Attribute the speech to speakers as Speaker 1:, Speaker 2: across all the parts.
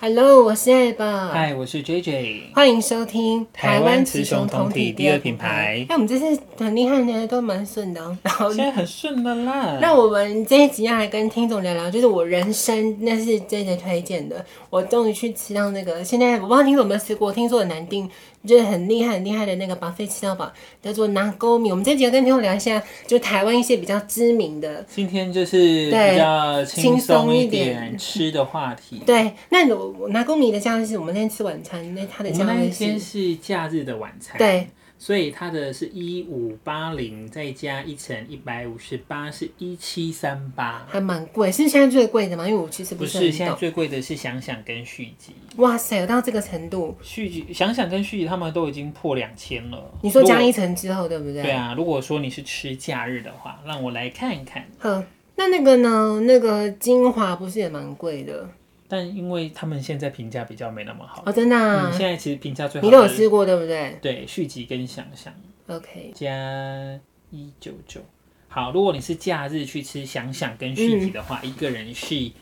Speaker 1: Hello，我是艾爸，
Speaker 2: 嗨，我是 JJ。
Speaker 1: 欢迎收听
Speaker 2: 台湾雌雄同体第二品牌
Speaker 1: 哎，我们这次很厉害呢，都蛮顺的 哦、然后
Speaker 2: 现，在很顺的啦。
Speaker 1: 那我们这一集要来跟听众聊聊，就是我人生那是 J J 推荐的，我终于去吃到那个，现在我不知道听众有没有吃过，听说很难订，就是很厉害很厉害的那个巴菲吃到饱，叫做拿勾米。我们这集要跟听众聊一下，就台湾一些比较知名的。
Speaker 2: 今天就是
Speaker 1: 对
Speaker 2: 比较轻松一点
Speaker 1: 轻
Speaker 2: 吃的话题。
Speaker 1: 对，那我拿勾米的价位是我们那天吃晚餐，那它的
Speaker 2: 我
Speaker 1: 价
Speaker 2: 们那一
Speaker 1: 位
Speaker 2: 天
Speaker 1: 是
Speaker 2: 是假日的晚餐，
Speaker 1: 对，
Speaker 2: 所以它的是一五八零，再加一乘一百五十八是一七三八。
Speaker 1: 还蛮贵，是现在最贵的吗？因为我其实
Speaker 2: 不
Speaker 1: 是
Speaker 2: 是，
Speaker 1: 很
Speaker 2: 现
Speaker 1: 懂
Speaker 2: 在。最贵的是想想跟续集，
Speaker 1: 哇塞，有到这个程度，
Speaker 2: 续集想想跟续集他们都已经破两千了。
Speaker 1: 你说
Speaker 2: 如
Speaker 1: 加
Speaker 2: 果
Speaker 1: 一层之后，对不对？
Speaker 2: 对啊，如果说你是吃假日的话，让我来看看。
Speaker 1: 呵，那那个呢？那个精华不是也蛮贵的
Speaker 2: 但因为他们现在评价比较没那么好。
Speaker 1: 哦？真的、啊
Speaker 2: 嗯，现在其实评价最好
Speaker 1: 你
Speaker 2: 的
Speaker 1: 都有吃过对不对
Speaker 2: 对续集跟想想
Speaker 1: ？OK，
Speaker 2: 加一九九。好，如果你是假日去吃想想跟续集的话，
Speaker 1: 嗯
Speaker 2: 一个人是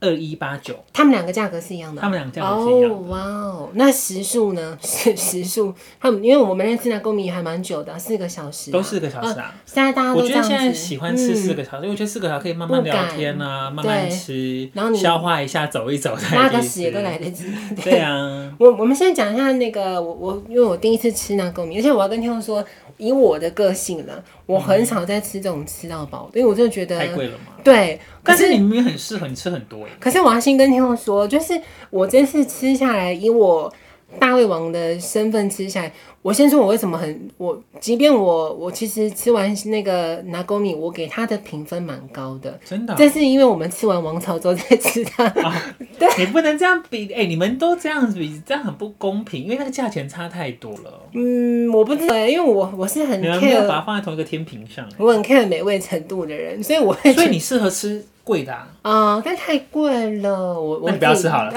Speaker 2: 二一八九，
Speaker 1: 他们两个价格是一样的。
Speaker 2: 他们两个价格是一
Speaker 1: 哦
Speaker 2: 样的。，
Speaker 1: 哇哦，那时数呢？ 时时数，他们因为我们那次拿公米还蛮久的啊，四个小时啊，
Speaker 2: 都四个小时啊！
Speaker 1: 现在大家
Speaker 2: 我
Speaker 1: 都这
Speaker 2: 觉得
Speaker 1: 样子。
Speaker 2: 现在喜欢吃四
Speaker 1: 嗯，
Speaker 2: 个小时，因为我觉得四个小时可以慢慢
Speaker 1: 不
Speaker 2: 聊
Speaker 1: 敢
Speaker 2: 天啊，慢慢
Speaker 1: 对
Speaker 2: 吃，
Speaker 1: 然后你
Speaker 2: 消化一下，走一走再
Speaker 1: 拉
Speaker 2: 去
Speaker 1: 个
Speaker 2: 吃
Speaker 1: 屎也都来得及。
Speaker 2: 对啊，
Speaker 1: 我我们先讲一下那个我我，因为我第一次吃那个米，而且我要跟听众说，以我的个性呢，我很少在吃这种吃到饱，因为我真的觉
Speaker 2: 嗯太
Speaker 1: 得
Speaker 2: 贵了嘛。
Speaker 1: 对。可
Speaker 2: 但是
Speaker 1: 是
Speaker 2: 你明明很适合，你吃很多哎。
Speaker 1: 可是我要先跟听众说，就是我这次吃下来，以我大胃王的身份吃下来，我先说我为什么很我，即便我我其实吃完那个拿勾米，我给它的评分蛮高的。
Speaker 2: 真的啊、
Speaker 1: 这是因为我们吃完王朝之后再吃它，
Speaker 2: 你不能这样比，哎、你们都这样子比，这样很不公平，因为那个价钱差太多了，
Speaker 1: 嗯，我不知道，因为我我是很
Speaker 2: 你们没
Speaker 1: care
Speaker 2: 有把它放在同一个天平上、
Speaker 1: 我很 care 美味程度的人，所以我会
Speaker 2: 所
Speaker 1: 觉
Speaker 2: 以
Speaker 1: 得
Speaker 2: 你适合吃贵的、啊，
Speaker 1: 啊、但太贵了，我我
Speaker 2: 那你不要
Speaker 1: 自己
Speaker 2: 吃。好了，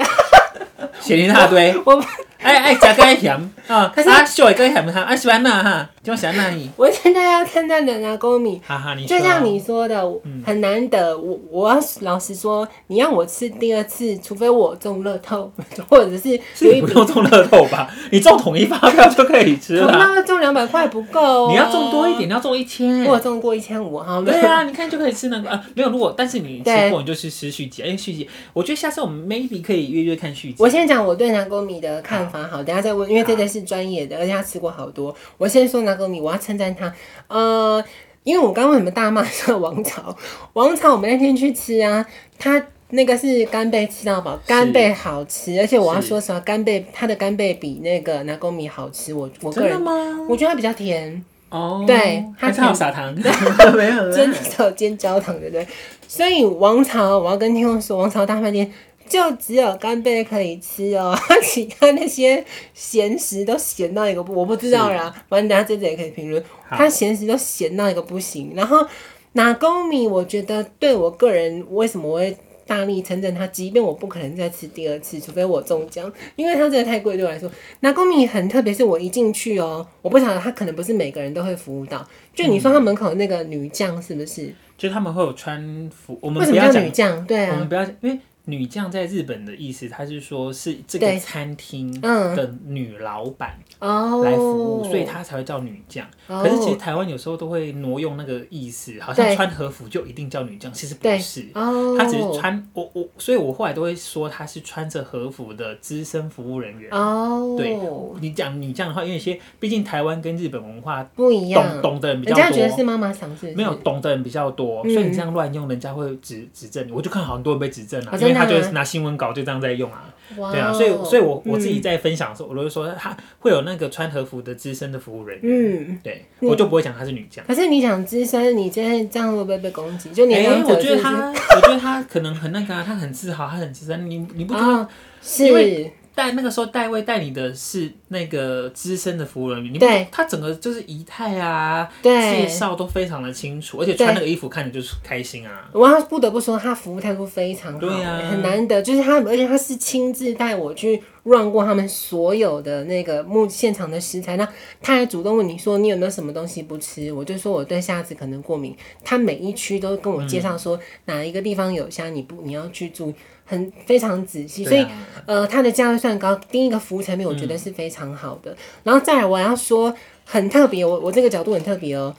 Speaker 2: 咸一大堆，
Speaker 1: 我我
Speaker 2: 哎哎，加个咸啊，
Speaker 1: 可是
Speaker 2: 啊，秀也跟咸哈，啊喜欢那哈，就喜欢那你，
Speaker 1: 我现在要称赞的拿公米，
Speaker 2: 哈哈，你啊嗯
Speaker 1: 就
Speaker 2: 说
Speaker 1: 像你说的，很难得。我我要老实说，你让我吃第二次，除非我中乐 透，或者是
Speaker 2: 是
Speaker 1: 有
Speaker 2: 你
Speaker 1: 一
Speaker 2: 不用中乐透吧？你中统一发票就可以吃
Speaker 1: 可
Speaker 2: 了，
Speaker 1: 那个中两百块不够、
Speaker 2: 你要中多一点，。你要中一千。
Speaker 1: 我有中过一千五，好
Speaker 2: 对啊，你看就可以吃那个啊，没有如果，但是你
Speaker 1: 对
Speaker 2: 吃过你就去吃续集，哎、续集，我觉得下次我们 maybe 可以约约看续集。
Speaker 1: 我先讲我对拿勾米的看法，好，等一下再问，因为这个是专业的，而且他吃过好多。我先说拿勾米，我要称赞他，呃，因为我刚刚为什么大骂这个王朝？ 王朝我们那天去吃啊，他。那个是干贝吃到饱，干贝好吃，而且我要说实话，干贝它的干贝比那个拿勾米好吃，我我个
Speaker 2: 真
Speaker 1: 人
Speaker 2: 的吗？
Speaker 1: 我觉得它比较甜，
Speaker 2: 哦，
Speaker 1: 对它
Speaker 2: 还是
Speaker 1: 甜
Speaker 2: 有砂糖， 没有啦
Speaker 1: 真的有煎焦糖，对不对？所以王朝，我要跟听众说，王朝大饭店就只有干贝可以吃哦， 其他那些咸食都咸到一个不，我不知道啦。反正大家这也可以评论，
Speaker 2: 好
Speaker 1: 它咸食都咸到一个不行。然后拿公米，我觉得对我个人为什么我会。大力称赞它，即便我不可能再吃第二次，除非我中奖，因为它真的太贵对我来说。拿公米很特别，是我一进去哦，我不晓得它可能不是每个人都会服务到。就你说它门口那个女将是不是？
Speaker 2: 就是他们会有穿服，我
Speaker 1: 为
Speaker 2: 们
Speaker 1: 什
Speaker 2: 嗯不
Speaker 1: 么
Speaker 2: 要
Speaker 1: 叫
Speaker 2: 讲
Speaker 1: 女，将？对
Speaker 2: 我
Speaker 1: 啊，
Speaker 2: 们不要讲，因为女将在日本的意思，它是说是这
Speaker 1: 对
Speaker 2: 个餐厅
Speaker 1: 嗯
Speaker 2: 的女老板
Speaker 1: 哦，
Speaker 2: 来服务，所以她才会叫女将。
Speaker 1: 哦
Speaker 2: 可是其实台湾有时候都会挪用那个意思，好像
Speaker 1: 对
Speaker 2: 穿和服就一定叫女将，其实不
Speaker 1: 对
Speaker 2: 是。
Speaker 1: 哦，
Speaker 2: 她只是穿我我，所以我后来都会说她是穿着和服的资深服务人员。
Speaker 1: 哦，
Speaker 2: 对你讲女将的话，因为有些毕竟台湾跟日本文化
Speaker 1: 不一样
Speaker 2: 懂，懂的人比
Speaker 1: 人
Speaker 2: 较
Speaker 1: 家觉得是
Speaker 2: 多，
Speaker 1: 妈妈嗓，是不是
Speaker 2: 没有懂的人比较多，
Speaker 1: 嗯
Speaker 2: 所以你这样乱用，人家会指指正你。我就看好很多人被指正啊，
Speaker 1: 哦
Speaker 2: 因为他
Speaker 1: 真的啊
Speaker 2: 就拿新闻稿就这样在用啊，
Speaker 1: 哇哦，
Speaker 2: 对啊，所以所以我我自己
Speaker 1: 嗯
Speaker 2: 在分享的时候，我就说他会有那个穿和服的资深的服务人员，
Speaker 1: 嗯。
Speaker 2: 对
Speaker 1: 嗯
Speaker 2: 我就不会讲他是女将。
Speaker 1: 可是你想资深，你今天这样会不会被攻击？就年
Speaker 2: 哎、
Speaker 1: 长者
Speaker 2: 我觉
Speaker 1: 是
Speaker 2: 得
Speaker 1: 不是
Speaker 2: 他，我觉得他可能很那个啊，他很自豪，他很自深。你你不觉得
Speaker 1: 啊是
Speaker 2: 因带那个时候戴卫带你的是那个资深的服务人员，你不
Speaker 1: 对
Speaker 2: 他整个就是仪态啊，
Speaker 1: 对
Speaker 2: 介绍都非常的清楚，而且
Speaker 1: 对
Speaker 2: 穿那个衣服看着就是开心啊。
Speaker 1: 我要不得不说，他服务态度非常好，
Speaker 2: 对啊
Speaker 1: 很难得。就是他，而且他是亲自带我去 run 过他们所有的那个目现场的食材，那他还主动问你说你有没有什么东西不吃，我就说我对虾子可能过敏。他每一区都跟我介绍
Speaker 2: 嗯
Speaker 1: 说哪一个地方有虾，你不你要去注意，很非常仔细。所以
Speaker 2: 对啊嗯
Speaker 1: 呃，它的价位算高，第一个服务层面我觉得是非常好的。然后再来，我要说很特别，我我这个角度很特别哦。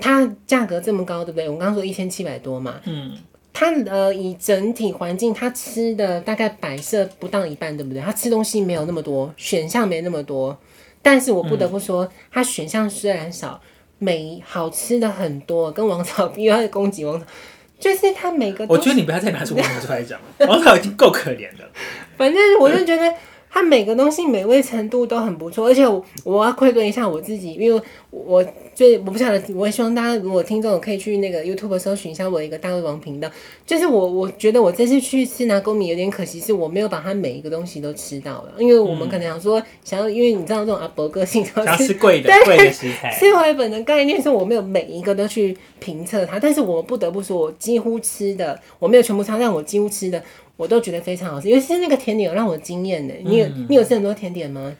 Speaker 1: 它价格这么高，对不对？我们刚刚说一千七百多嘛，
Speaker 2: 嗯，
Speaker 1: 它呃以整体环境，它吃的大概摆设不到一半，对不对？它吃东西没有那么多，选项没那么多。但是我不得不说，它选项虽然少，美好吃的很多，跟王草 比又要攻击王草，就是它每个都
Speaker 2: 我觉得你不要再拿出王草出来讲，了，王草已经够可怜的了。
Speaker 1: 反正我就觉得它每个东西美味程度都很不错，而且我我要愧对一下我自己，因为我最我不晓得，我也希望大家如果听众可以去那个 YouTube 搜寻一下我一个大胃王频道，就是我我觉得我这次去吃拿公米有点可惜，是我没有把它每一个东西都吃到了，因为我们可能想说想要，因为你知道这种阿伯个性都
Speaker 2: 嗯想要
Speaker 1: 是
Speaker 2: 吃贵的
Speaker 1: 对
Speaker 2: 贵的食材，
Speaker 1: 吃回本的概念是我没有每一个都去评测它，但是我不得不说，我几乎吃的我没有全部吃，但我几乎吃的我都觉得非常好吃，尤其是那个甜点有让我惊艳
Speaker 2: 嗯
Speaker 1: 呢。你有、你有吃很多甜点吗？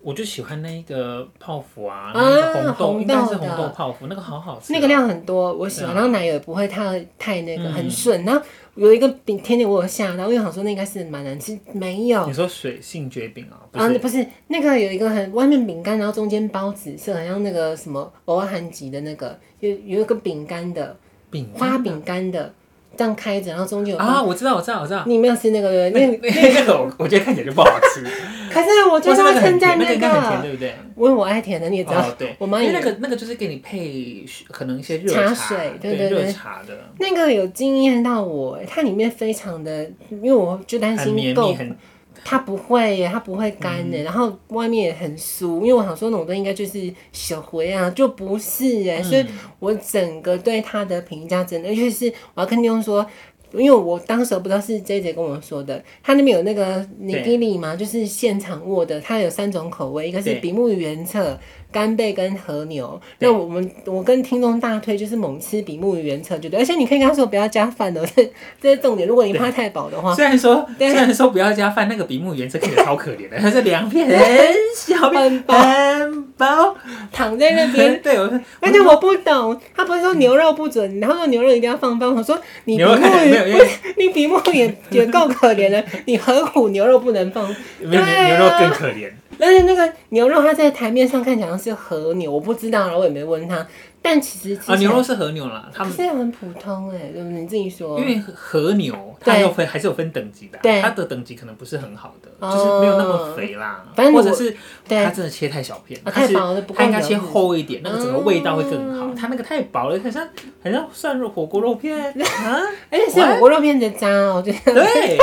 Speaker 2: 我就喜欢那个泡芙啊，
Speaker 1: 啊
Speaker 2: 那个红豆
Speaker 1: 红
Speaker 2: 应该是
Speaker 1: 豆的
Speaker 2: 红豆泡芙，那个好好吃哦，
Speaker 1: 那个量很多，我喜欢，
Speaker 2: 对啊
Speaker 1: 然后奶油也不会太太那个
Speaker 2: 嗯
Speaker 1: 很顺。然后有一个饼甜点我有吓到，因为我想说那应该是蛮难吃，没有
Speaker 2: 你。说水性绝饼啊，不
Speaker 1: 啊，
Speaker 2: 是
Speaker 1: 不是那个有一个很外面饼干，然后中间包紫色，好像那个什么偶尔韩吉的那个，有有一个饼干的，
Speaker 2: 饼干
Speaker 1: 花饼干的，这样开着，然后中间有包
Speaker 2: 啊，我知道，我知道，我知道。
Speaker 1: 你没有吃那个对不
Speaker 2: 那
Speaker 1: 对？
Speaker 2: 那那个我我觉得看起来就不好吃，
Speaker 1: 那可是 我就
Speaker 2: 但
Speaker 1: 是
Speaker 2: 是那
Speaker 1: 要
Speaker 2: 个很
Speaker 1: 称
Speaker 2: 甜，
Speaker 1: 赞
Speaker 2: 那个应该很甜，
Speaker 1: 个，
Speaker 2: 对不对？
Speaker 1: 我我爱甜的，你也知道
Speaker 2: 哦，，对，
Speaker 1: 我妈
Speaker 2: 因为那
Speaker 1: 也
Speaker 2: 个那个就是给你配可能一些热
Speaker 1: 茶
Speaker 2: 茶
Speaker 1: 水对
Speaker 2: 对
Speaker 1: 对对
Speaker 2: 热茶的，
Speaker 1: 那个有惊艳到我，欸它里面非常的，因为我就担
Speaker 2: 很
Speaker 1: 心
Speaker 2: 绵
Speaker 1: 够
Speaker 2: 密，很
Speaker 1: 它不会耶，它不会干
Speaker 2: 嗯
Speaker 1: 的，然后外面也很酥，因为我想说那种东西应该就是小回啊，就不是耶，所以
Speaker 2: 嗯
Speaker 1: 我整个对它的评价真的，尤其是我要跟听众说。因为我当时不知道是 J J 跟我说的，他那边有那个尼
Speaker 2: 对
Speaker 1: 基里嘛，就是现场握的，它有三种口味，一个是
Speaker 2: 对
Speaker 1: 比目鱼原侧、干贝跟和牛。
Speaker 2: 对
Speaker 1: 那我们我跟听众大推就是猛吃比目鱼原侧，觉得，而且你可以跟他说不要加饭的，这这是重点。如果你怕太饱的话，
Speaker 2: 虽然说
Speaker 1: 哦对
Speaker 2: 虽然说不要加饭，那个比目原这个也超可怜 的，它是两片很小片
Speaker 1: 很饱
Speaker 2: 很薄，
Speaker 1: 躺在那边。
Speaker 2: 对我
Speaker 1: 而且我不懂，他不是说牛肉不准，他说牛肉一定要放饭。我说你比
Speaker 2: 牛
Speaker 1: 目
Speaker 2: 肉
Speaker 1: 鱼
Speaker 2: 看起来没有因
Speaker 1: 不
Speaker 2: 为
Speaker 1: 是， 你比目鱼也也够可怜了， 你何苦牛肉不能放？
Speaker 2: 没
Speaker 1: 对
Speaker 2: 有
Speaker 1: 啊
Speaker 2: 牛肉更可怜，
Speaker 1: 但是那个牛肉它在台面上看起来好像是和牛，我不知道，然后我也没问他。但其实吃起
Speaker 2: 啊，
Speaker 1: 来
Speaker 2: 牛肉是和牛啦，他
Speaker 1: 可
Speaker 2: 们
Speaker 1: 是很普通哎、对不对？你自己说
Speaker 2: 因。为和牛它
Speaker 1: 对
Speaker 2: 有分还是有分等级的啊，
Speaker 1: 对
Speaker 2: 它的等级可能不是很好的，
Speaker 1: 哦
Speaker 2: 就是没有那么肥啦，
Speaker 1: 反正我
Speaker 2: 或者是
Speaker 1: 对
Speaker 2: 它真的切太小片，
Speaker 1: 啊
Speaker 2: 它是
Speaker 1: 太薄了不够
Speaker 2: 它应该
Speaker 1: 油
Speaker 2: 切厚一点，那个整个味道会更好
Speaker 1: 嗯。
Speaker 2: 它那个太薄了，很像很像涮肉火锅 肉片啊，
Speaker 1: 而且是火锅肉片的渣哦、就是
Speaker 2: 对，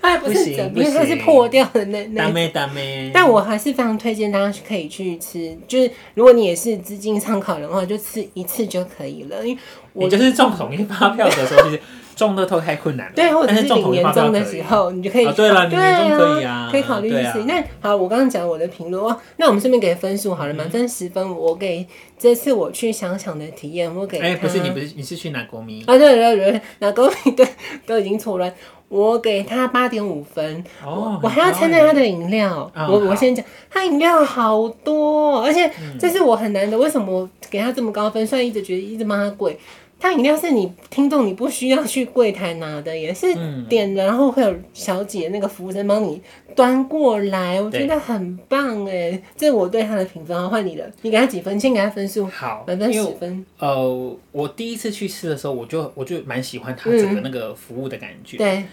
Speaker 1: 它还 不
Speaker 2: 哎不
Speaker 1: 是
Speaker 2: 行
Speaker 1: 整
Speaker 2: 不
Speaker 1: 片，
Speaker 2: 行
Speaker 1: 它是破掉的那 那
Speaker 2: 大
Speaker 1: 一
Speaker 2: 妹大妹。
Speaker 1: 但我还是非常推荐大家可以去吃，就是如果你也是资金上考量的话，就吃一次就可以了。因为我
Speaker 2: 你就是中统一发票的时候， 就是中乐透太困难了。
Speaker 1: 对，啊或者
Speaker 2: 但
Speaker 1: 是
Speaker 2: 是中
Speaker 1: 领
Speaker 2: 统一
Speaker 1: 年
Speaker 2: 发票
Speaker 1: 终的
Speaker 2: 可以
Speaker 1: 时候，你就可以
Speaker 2: 啊对了领年终可以
Speaker 1: 啊
Speaker 2: 啊，
Speaker 1: 可以考虑一
Speaker 2: 对啊
Speaker 1: 次。那好，我刚刚讲我的评论，哇，那我们顺便给分数好
Speaker 2: 嗯
Speaker 1: 了，满分十分，我给这次我去想想的体验，我给
Speaker 2: 哎，不是
Speaker 1: 他
Speaker 2: 你不是你是去哪国迷？
Speaker 1: 啊，嗯对对对对，哪个对都已经错乱，我给他八点五分。
Speaker 2: 哦，
Speaker 1: 我还要称
Speaker 2: 很
Speaker 1: 赞
Speaker 2: 高
Speaker 1: 它
Speaker 2: 哎
Speaker 1: 的饮料，
Speaker 2: 哦
Speaker 1: 我我
Speaker 2: 好
Speaker 1: 先讲，它饮料好多哦，而且
Speaker 2: 欸
Speaker 1: 这是我很难的。为什么我给它这么高分？虽然一直觉得一直骂它贵，它饮料是你听众你不需要去柜台拿的，也是
Speaker 2: 嗯
Speaker 1: 点了，然后会有小姐那个服务生帮你端过来，我觉
Speaker 2: 对
Speaker 1: 得很棒哎。这是我对它的评分，好啊换你了，你给它几分？先给它分数，
Speaker 2: 嗯好，
Speaker 1: 满分
Speaker 2: 因为
Speaker 1: 十分。
Speaker 2: 呃，我第一次去吃的时候，我就我就蛮喜欢它整个那个服务的感觉。
Speaker 1: 嗯对，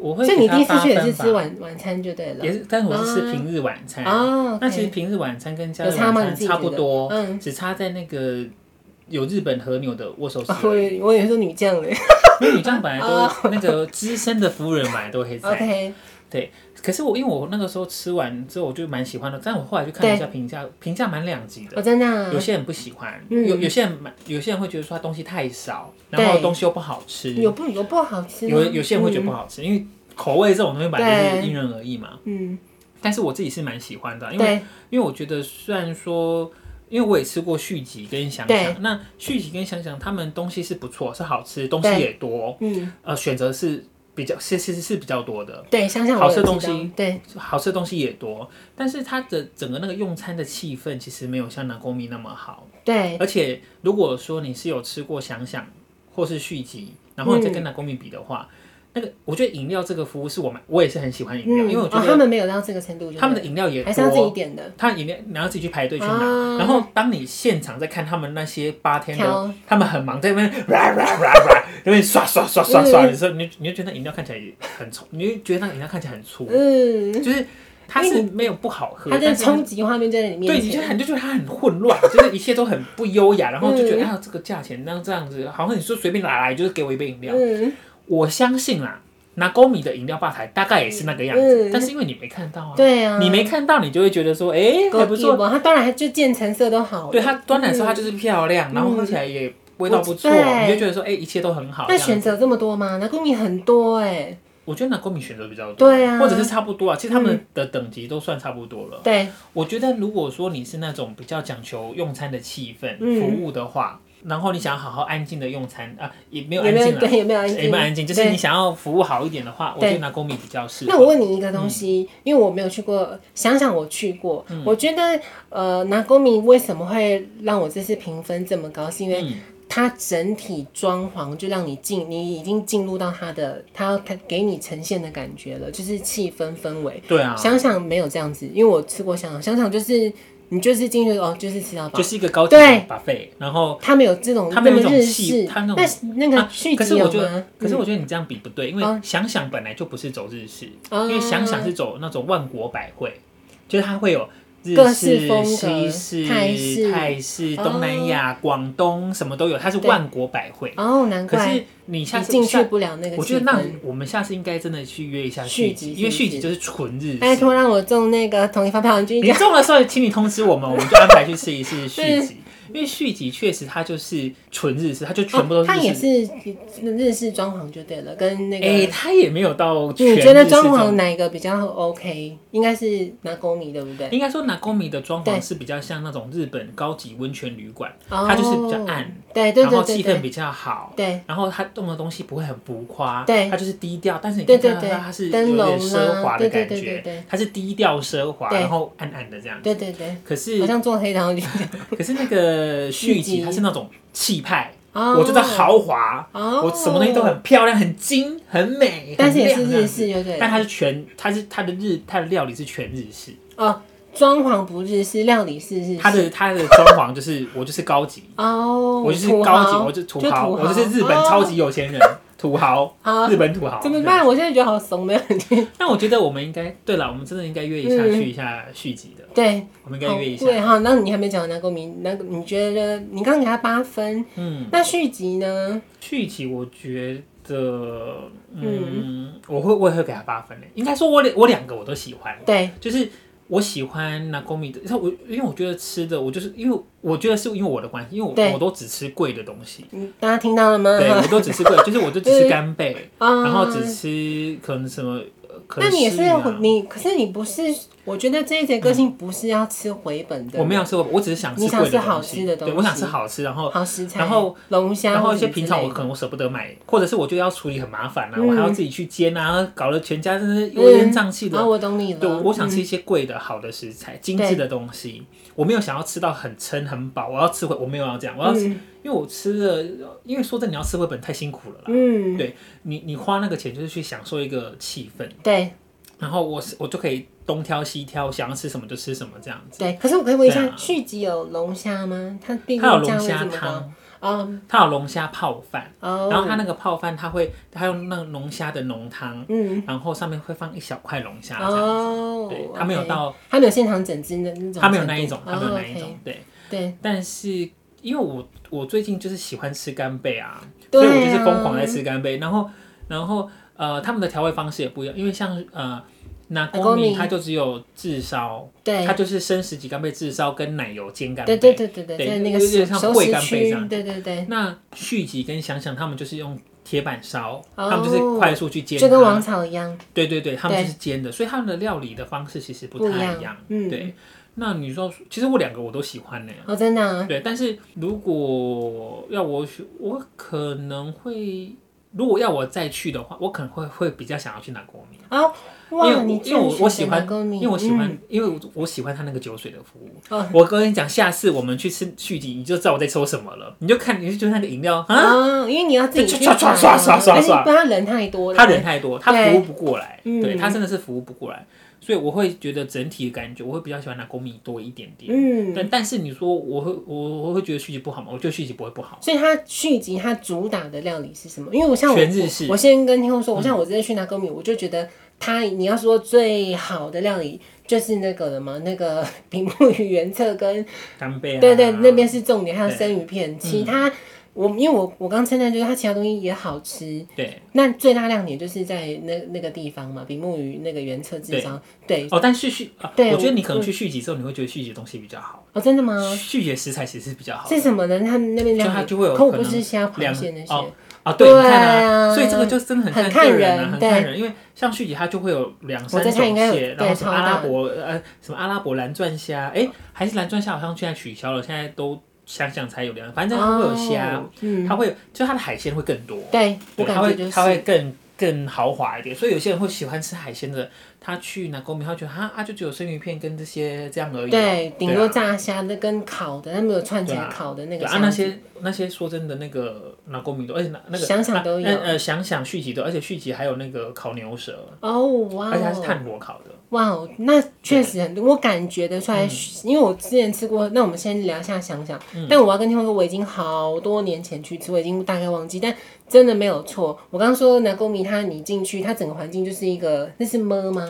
Speaker 2: 我会
Speaker 1: 所以
Speaker 2: 给
Speaker 1: 你
Speaker 2: 它
Speaker 1: 第一次去也
Speaker 2: 八
Speaker 1: 是
Speaker 2: 分
Speaker 1: 吃
Speaker 2: 吧，
Speaker 1: 晚晚餐就对了
Speaker 2: 也。是，但是我是吃平日晚餐。
Speaker 1: 哦，
Speaker 2: 那其实平日晚餐跟家
Speaker 1: 有
Speaker 2: 日
Speaker 1: 差
Speaker 2: 晚
Speaker 1: 吗你
Speaker 2: 餐
Speaker 1: 自己
Speaker 2: 差不
Speaker 1: 觉得
Speaker 2: 多，
Speaker 1: 嗯
Speaker 2: 只差在那个有日本和牛的握手
Speaker 1: OK 哦我
Speaker 2: 式，
Speaker 1: 以为我也是女将嘞。
Speaker 2: 因为女将本来都那个资深的服务人买都 黑菜。
Speaker 1: OK。
Speaker 2: 可是我因为我那个时候吃完之后，我就蛮喜欢的，但我后来去看了一下评价，评价蛮两极的。
Speaker 1: 哦，真的、啊
Speaker 2: 有，些人不喜欢，
Speaker 1: 嗯
Speaker 2: 有有些人蛮，有些人会觉得说它东西太少，
Speaker 1: 对
Speaker 2: 然后东西又不好吃，
Speaker 1: 有不有不好吃吗？
Speaker 2: 有有些人会觉得不好
Speaker 1: 嗯
Speaker 2: 吃，因为口味这种东西本来就是
Speaker 1: 对
Speaker 2: 因人而异嘛。
Speaker 1: 嗯，
Speaker 2: 但是我自己是蛮喜欢的，
Speaker 1: 嗯
Speaker 2: 啊因为
Speaker 1: 对，
Speaker 2: 因为我觉得虽然说。因为我也吃过续集跟想
Speaker 1: 对
Speaker 2: 想，那续集跟想想他们东西是不错，是好吃，东西
Speaker 1: 对
Speaker 2: 也多，
Speaker 1: 嗯
Speaker 2: 呃，选择是比较是是是是比较多的，
Speaker 1: 对，乡下
Speaker 2: 好
Speaker 1: 我有
Speaker 2: 吃的东
Speaker 1: 知道
Speaker 2: 西，
Speaker 1: 对，
Speaker 2: 好吃的东西也多，但是它的整个那个用餐的气氛其实没有像南宫米那么好。
Speaker 1: 对，
Speaker 2: 而且如果说你是有吃过想想或是续集，然后你再跟南宫米比的话，那个我觉得饮料这个服务是我们我也是很喜欢饮料，因为我觉
Speaker 1: 哦、他
Speaker 2: 得
Speaker 1: 们没有到这个程度就对了，
Speaker 2: 他们的饮料也
Speaker 1: 还是要自己
Speaker 2: 多。
Speaker 1: 点的，
Speaker 2: 他饮料你要自己去排队去
Speaker 1: 啊
Speaker 2: 拿，然后当你现场在看他们那些八天
Speaker 1: 挑
Speaker 2: 的，他们很忙，在那边啦啦啦啦，那边刷刷刷刷
Speaker 1: 嗯
Speaker 2: 刷的时候，你就你就觉得那饮料看起来也很粗，你就觉得那饮料看起来很粗，
Speaker 1: 嗯，
Speaker 2: 就是它是没有不好喝，
Speaker 1: 他
Speaker 2: 但
Speaker 1: 的
Speaker 2: 是它
Speaker 1: 冲击画面就在你面
Speaker 2: 对，
Speaker 1: 前，
Speaker 2: 你就很就觉得它很混乱，就是一切都很不优雅，然后就觉得
Speaker 1: 嗯
Speaker 2: 啊，这个价钱那这样子，好像你说随便拿来就是给我一杯饮料。
Speaker 1: 嗯，
Speaker 2: 我相信啦，拿高米的饮料吧台大概也是那个样子
Speaker 1: 嗯，
Speaker 2: 但是因为你没看到啊，
Speaker 1: 对啊，
Speaker 2: 你没看到，你就会觉得说，哎，还不错。
Speaker 1: 够他当然还就渐层色都好了，
Speaker 2: 对它端来的时候，它就是漂亮，然后喝起来也味道不错，
Speaker 1: 嗯对
Speaker 2: 你就觉得说，哎，一切都很好。
Speaker 1: 但
Speaker 2: 这样
Speaker 1: 选
Speaker 2: 子
Speaker 1: 择这么多吗？那公米很多哎、
Speaker 2: 我觉得拿高米选择比较多，
Speaker 1: 对啊嗯
Speaker 2: 或者是差不多啊，其实他们的等级都算差不多了。
Speaker 1: 对，
Speaker 2: 我觉得，如果说你是那种比较讲求用餐的气氛、
Speaker 1: 嗯
Speaker 2: 服务的话，然后你想要好好安静的用餐啊，也没有
Speaker 1: 有
Speaker 2: 安
Speaker 1: 没
Speaker 2: 静
Speaker 1: 有
Speaker 2: 了，
Speaker 1: 对有没有安静？
Speaker 2: 也没有安静，就是你
Speaker 1: 对
Speaker 2: 想要服务好一点的话，我
Speaker 1: 对
Speaker 2: 觉得拿公米比较适合。
Speaker 1: 那我问你一个东西，
Speaker 2: 嗯
Speaker 1: 因为我没有去过，想想我去过，我觉得呃，拿公米为什么会让我这次评分这么高，是因为
Speaker 2: 嗯
Speaker 1: 它整体装潢就让你进，你已经进入到它的它要给你呈现的感觉了，就是气氛氛围。
Speaker 2: 对啊，
Speaker 1: 想想没有这样子，因为我吃过想想，想想就是你就是进去哦，就是吃到饱
Speaker 2: 就。是一个高级的
Speaker 1: 对
Speaker 2: buffet，然后。啊
Speaker 1: 他们有这种
Speaker 2: 他们有
Speaker 1: 那
Speaker 2: 一
Speaker 1: 么
Speaker 2: 种
Speaker 1: 日
Speaker 2: 戏
Speaker 1: 式，
Speaker 2: 他那种
Speaker 1: 那那个
Speaker 2: 啊
Speaker 1: 续
Speaker 2: 可
Speaker 1: 集
Speaker 2: 是
Speaker 1: 有
Speaker 2: 我觉得
Speaker 1: 吗？，嗯
Speaker 2: 可是我觉得你这样比不对，因
Speaker 1: 哦
Speaker 2: 为想想本来就不是走日式，
Speaker 1: 哦
Speaker 2: 因为想想是走那种万国百汇，就是它会有日
Speaker 1: 各式
Speaker 2: 式
Speaker 1: 风、格
Speaker 2: 西式、
Speaker 1: 泰式
Speaker 2: 泰式、
Speaker 1: 哦
Speaker 2: 东南亚、广东什么都有，它是
Speaker 1: 对
Speaker 2: 万国百汇。
Speaker 1: 哦，难
Speaker 2: 可
Speaker 1: 怪
Speaker 2: 是你下
Speaker 1: 你
Speaker 2: 次
Speaker 1: 进去
Speaker 2: 下
Speaker 1: 不了那个
Speaker 2: 我觉
Speaker 1: 气
Speaker 2: 得那
Speaker 1: 氛。
Speaker 2: 我们下次应该真的去约一下
Speaker 1: 续
Speaker 2: 续
Speaker 1: 集
Speaker 2: 集，因为
Speaker 1: 是不
Speaker 2: 续
Speaker 1: 是哎
Speaker 2: 集就是纯日
Speaker 1: 拜
Speaker 2: 式。
Speaker 1: 托让我中那个同一发票，你就一
Speaker 2: 你
Speaker 1: 讲
Speaker 2: 中了时候，请你通知我们，我们就安排去试一试续集。因为续集确实它就是纯日式，它就全部都
Speaker 1: 哦
Speaker 2: 是
Speaker 1: 它也
Speaker 2: 日式。
Speaker 1: 是日式装潢就对了，跟那
Speaker 2: 哎，
Speaker 1: 个。
Speaker 2: 它也没有到全
Speaker 1: 你
Speaker 2: 日式
Speaker 1: 觉
Speaker 2: 这
Speaker 1: 得
Speaker 2: 种。
Speaker 1: 装潢哪一个比较 OK？应该是拿公米对不对？
Speaker 2: 应该说，南宫米的装
Speaker 1: 对
Speaker 2: 潢是比较像那种日本高级温泉旅馆，
Speaker 1: 哦
Speaker 2: 它就是比较暗，
Speaker 1: 对对
Speaker 2: 然
Speaker 1: 对
Speaker 2: 后气
Speaker 1: 对
Speaker 2: 氛
Speaker 1: 对
Speaker 2: 比较好，
Speaker 1: 对
Speaker 2: 然后它用的东西不会很浮夸，
Speaker 1: 对
Speaker 2: 它就是低调，但是你
Speaker 1: 对
Speaker 2: 看
Speaker 1: 对
Speaker 2: 到它它是
Speaker 1: 对
Speaker 2: 有
Speaker 1: 灯
Speaker 2: 点
Speaker 1: 笼
Speaker 2: 奢
Speaker 1: 啦
Speaker 2: 华
Speaker 1: 对
Speaker 2: 的
Speaker 1: 对
Speaker 2: 感
Speaker 1: 对对对
Speaker 2: 觉，它是低调奢华，
Speaker 1: 对
Speaker 2: 然后暗暗的这样。
Speaker 1: 对对对，
Speaker 2: 可
Speaker 1: 好
Speaker 2: 是
Speaker 1: 像做黑糖就
Speaker 2: 可是那个续
Speaker 1: 续集
Speaker 2: 集它是那种气派，
Speaker 1: 哦，
Speaker 2: 我觉得豪华，
Speaker 1: 哦，
Speaker 2: 我什么东西都很漂亮、很精、很美，
Speaker 1: 但是也是
Speaker 2: 很亮这
Speaker 1: 日
Speaker 2: 样子。
Speaker 1: 式就对
Speaker 2: 但
Speaker 1: 了。
Speaker 2: 它是全，它是它的日，它的料理是全日式，
Speaker 1: 哦，装潢不日式，料理是日式。
Speaker 2: 它的它的装潢就是我就是高级，
Speaker 1: 哦，
Speaker 2: 我就是
Speaker 1: 土
Speaker 2: 高级，
Speaker 1: 豪
Speaker 2: 我就土
Speaker 1: 就
Speaker 2: 豪，我就是日本超级有钱人，土豪，
Speaker 1: 哦
Speaker 2: 日本土豪。
Speaker 1: 怎么办？我现在觉得好怂的感觉。
Speaker 2: 对？但我觉得我们应该，对了，我们真的应该约一下
Speaker 1: 嗯
Speaker 2: 去一下续集的，
Speaker 1: 对，
Speaker 2: 我们应
Speaker 1: 好
Speaker 2: 该约一下。
Speaker 1: 对哈。那你还没讲南宫明，那个你觉得你刚刚给他八分，
Speaker 2: 嗯，
Speaker 1: 那续集呢？
Speaker 2: 续集我觉得，嗯，我会我也会给他八分的。应该说我两我两个我都喜欢，
Speaker 1: 对，
Speaker 2: 就是。我喜欢拿公米的，他我因为我觉得吃的，我就是因为我觉得是因为我的关系，因为
Speaker 1: 对
Speaker 2: 我我都只吃贵的东西，
Speaker 1: 嗯大家听到了吗？
Speaker 2: 对我都只吃贵，就是我就只吃干贝，
Speaker 1: 啊
Speaker 2: 然后只吃可能什么，呃可
Speaker 1: 那
Speaker 2: 能
Speaker 1: 你也是
Speaker 2: 是
Speaker 1: 有你，可是你不是，我觉得这一节个性不是要吃回本的，
Speaker 2: 我没有吃过，我只是想吃
Speaker 1: 你想
Speaker 2: 贵
Speaker 1: 吃
Speaker 2: 的
Speaker 1: 好
Speaker 2: 东
Speaker 1: 吃
Speaker 2: 西，
Speaker 1: 的
Speaker 2: 对
Speaker 1: 东
Speaker 2: 我想
Speaker 1: 西
Speaker 2: 吃好吃，然后
Speaker 1: 好食材，
Speaker 2: 然后
Speaker 1: 龙虾，
Speaker 2: 然后一些
Speaker 1: 或者
Speaker 2: 平常我
Speaker 1: 之类的
Speaker 2: 可能我舍不得买，或者是我觉得要处理很麻烦啊，
Speaker 1: 嗯
Speaker 2: 我还要自己去煎啊，搞得全家真是乌烟瘴气
Speaker 1: 啊，
Speaker 2: 的。
Speaker 1: 我懂你了，
Speaker 2: 对，我我想
Speaker 1: 嗯
Speaker 2: 吃一些贵的、好的食材、精致的东西。我没有想要吃到很撑很饱，我要吃回，我没有要这样，我要吃，
Speaker 1: 嗯
Speaker 2: 因为我吃了，因为说真的，你要吃回本太辛苦了啦。
Speaker 1: 嗯，
Speaker 2: 对你，你花那个钱就是去享受一个气氛，
Speaker 1: 对
Speaker 2: 然后我是我就可以东挑西挑，想要吃什么就吃什么这样子。
Speaker 1: 对。可是我可以问一下，
Speaker 2: 对啊
Speaker 1: 续集有龙虾吗？它定
Speaker 2: 它有
Speaker 1: 价
Speaker 2: 龙
Speaker 1: 位
Speaker 2: 虾
Speaker 1: 这么高？
Speaker 2: 汤，
Speaker 1: 哦
Speaker 2: 它有龙虾泡饭，
Speaker 1: 哦，
Speaker 2: 然后它那个泡饭它会它用那个龙虾的浓汤，
Speaker 1: 嗯。
Speaker 2: 然后上面会放一小块龙虾这样。
Speaker 1: 哦，
Speaker 2: 对，它没有
Speaker 1: OK，
Speaker 2: 到，
Speaker 1: 它没有现场整只的那种程度，
Speaker 2: 它没有那一种，
Speaker 1: 哦
Speaker 2: 它没有那一种
Speaker 1: OK，，
Speaker 2: 对。
Speaker 1: 对
Speaker 2: 但是因为我我最近就是喜欢吃干贝啊，
Speaker 1: 对
Speaker 2: 所
Speaker 1: 啊
Speaker 2: 以我就是疯狂在吃干贝，然后然后呃，他们的调味方式也不一样，因为像呃。那公
Speaker 1: Nagomi
Speaker 2: 米它就只有炙烧，
Speaker 1: 哎对
Speaker 2: 它就是生十几干贝炙烧跟奶油煎干贝，
Speaker 1: 对对对对对，
Speaker 2: 对
Speaker 1: 在那
Speaker 2: 有
Speaker 1: 个
Speaker 2: 有点像
Speaker 1: 熟
Speaker 2: 烩
Speaker 1: 食
Speaker 2: 干贝这
Speaker 1: 区，
Speaker 2: 样
Speaker 1: 对对对，
Speaker 2: 那续集跟想想他们就是用铁板烧，
Speaker 1: 哦
Speaker 2: 他们就是快速去煎它，
Speaker 1: 就跟王草一样，
Speaker 2: 对对对，他们
Speaker 1: 对
Speaker 2: 就是煎的，所以他们的料理的方式其实不
Speaker 1: 不一
Speaker 2: 太
Speaker 1: 样
Speaker 2: 一样。
Speaker 1: 嗯
Speaker 2: 对，那你说，其实我两个我都喜欢呢、
Speaker 1: 哦，真的啊，
Speaker 2: 对，但是如果要我选，我可能会如果要我再去的话，我可能会会比较想要去南国米，
Speaker 1: 啊，
Speaker 2: 因
Speaker 1: 哇，
Speaker 2: 为
Speaker 1: 你
Speaker 2: 我因为我我喜欢，因为我喜欢，
Speaker 1: 嗯
Speaker 2: 因为我我喜欢他那个酒水的服务。
Speaker 1: 嗯
Speaker 2: 我跟你讲，下次我们去吃续集，你就知道我在抽什么了。你就看，你就觉得那个饮料啊，
Speaker 1: 啊，因为你要自己去啊
Speaker 2: 刷刷刷刷刷
Speaker 1: 而且
Speaker 2: 刷
Speaker 1: 不然人太多了，
Speaker 2: 他人太多，他
Speaker 1: 对
Speaker 2: 服务不过来，
Speaker 1: 嗯
Speaker 2: 对他真的是服务不过来，所以我会觉得整体的感觉，我会比较喜欢南国米多一点点。
Speaker 1: 嗯，
Speaker 2: 但但是你说我会我我会觉得续集不好吗？我觉得续集不会不好。
Speaker 1: 所以它续集它主打的料理是什么？因为我像我
Speaker 2: 全日式嗯
Speaker 1: 我先跟听众说，我像我真的去拿歌米，我就觉得它你要说最好的料理就是那个了嘛，那个 屏幕与原测跟、
Speaker 2: 干贝啊，嗯
Speaker 1: 对对那边是重点，还有生鱼片，其他。我因为我我刚称赞就是它其他东西也好吃，
Speaker 2: 对
Speaker 1: 那最大亮点就是在那那个地方嘛，比目鱼那个原测智商，对
Speaker 2: 哦，但是续啊，
Speaker 1: 对
Speaker 2: 我觉得你可能
Speaker 1: 我
Speaker 2: 去续集之后，你会觉得续集的东西比较好，
Speaker 1: 哦真的吗？
Speaker 2: 续集的食材其实是比较好的
Speaker 1: 是什么呢？他们那边料理
Speaker 2: 就它就会有
Speaker 1: 可我
Speaker 2: 可
Speaker 1: 不
Speaker 2: 能
Speaker 1: 吃虾螃
Speaker 2: 两
Speaker 1: 蟹那些，
Speaker 2: 哦啊。对，你看
Speaker 1: 对
Speaker 2: 啊，
Speaker 1: 啊
Speaker 2: 所以这个就真的很
Speaker 1: 很看
Speaker 2: 个人啊，
Speaker 1: 人
Speaker 2: 很
Speaker 1: 对
Speaker 2: 看人，因为像续集它就会有两
Speaker 1: 我
Speaker 2: 三
Speaker 1: 在
Speaker 2: 种
Speaker 1: 猜应该有
Speaker 2: 蟹，然后
Speaker 1: 对
Speaker 2: 什么
Speaker 1: 超
Speaker 2: 阿拉
Speaker 1: 大
Speaker 2: 伯呃什么阿拉伯蓝钻虾，哎，还是蓝钻虾好像现在取消了，现在都想想才有两，反正它会有虾
Speaker 1: 哦，，嗯，
Speaker 2: 它会有就它的海鲜会更多，
Speaker 1: 对，我
Speaker 2: 对，
Speaker 1: 感
Speaker 2: 它
Speaker 1: 觉
Speaker 2: 会
Speaker 1: 就是
Speaker 2: 它会更更豪华一点，所以有些人会喜欢吃海鲜的，他去南宫米，他觉得哈啊就只有生鱼片跟这些这样而已，
Speaker 1: 对，顶多
Speaker 2: 啊
Speaker 1: 炸虾的跟烤的，他们有串起
Speaker 2: 对
Speaker 1: 来
Speaker 2: 啊
Speaker 1: 烤的那
Speaker 2: 对
Speaker 1: 个
Speaker 2: 啊，那
Speaker 1: 虾子，
Speaker 2: 些那些说真的，那个拿公米多，而且那那个
Speaker 1: 想想都有
Speaker 2: 那呃，想想续集都，而且续集还有那个烤牛舌，
Speaker 1: 哦哇
Speaker 2: 而且它是
Speaker 1: 哦，
Speaker 2: 炭火烤的。
Speaker 1: 哇哦，那确实很多，我感觉得出来，因为我之前吃过。那我们先聊一下想想，但我要跟听众说，我已经好多年前去吃，我已经大概忘记，但真的没有错。我刚刚说南宫米，它你进去，它整个环境就是一个，那是么吗？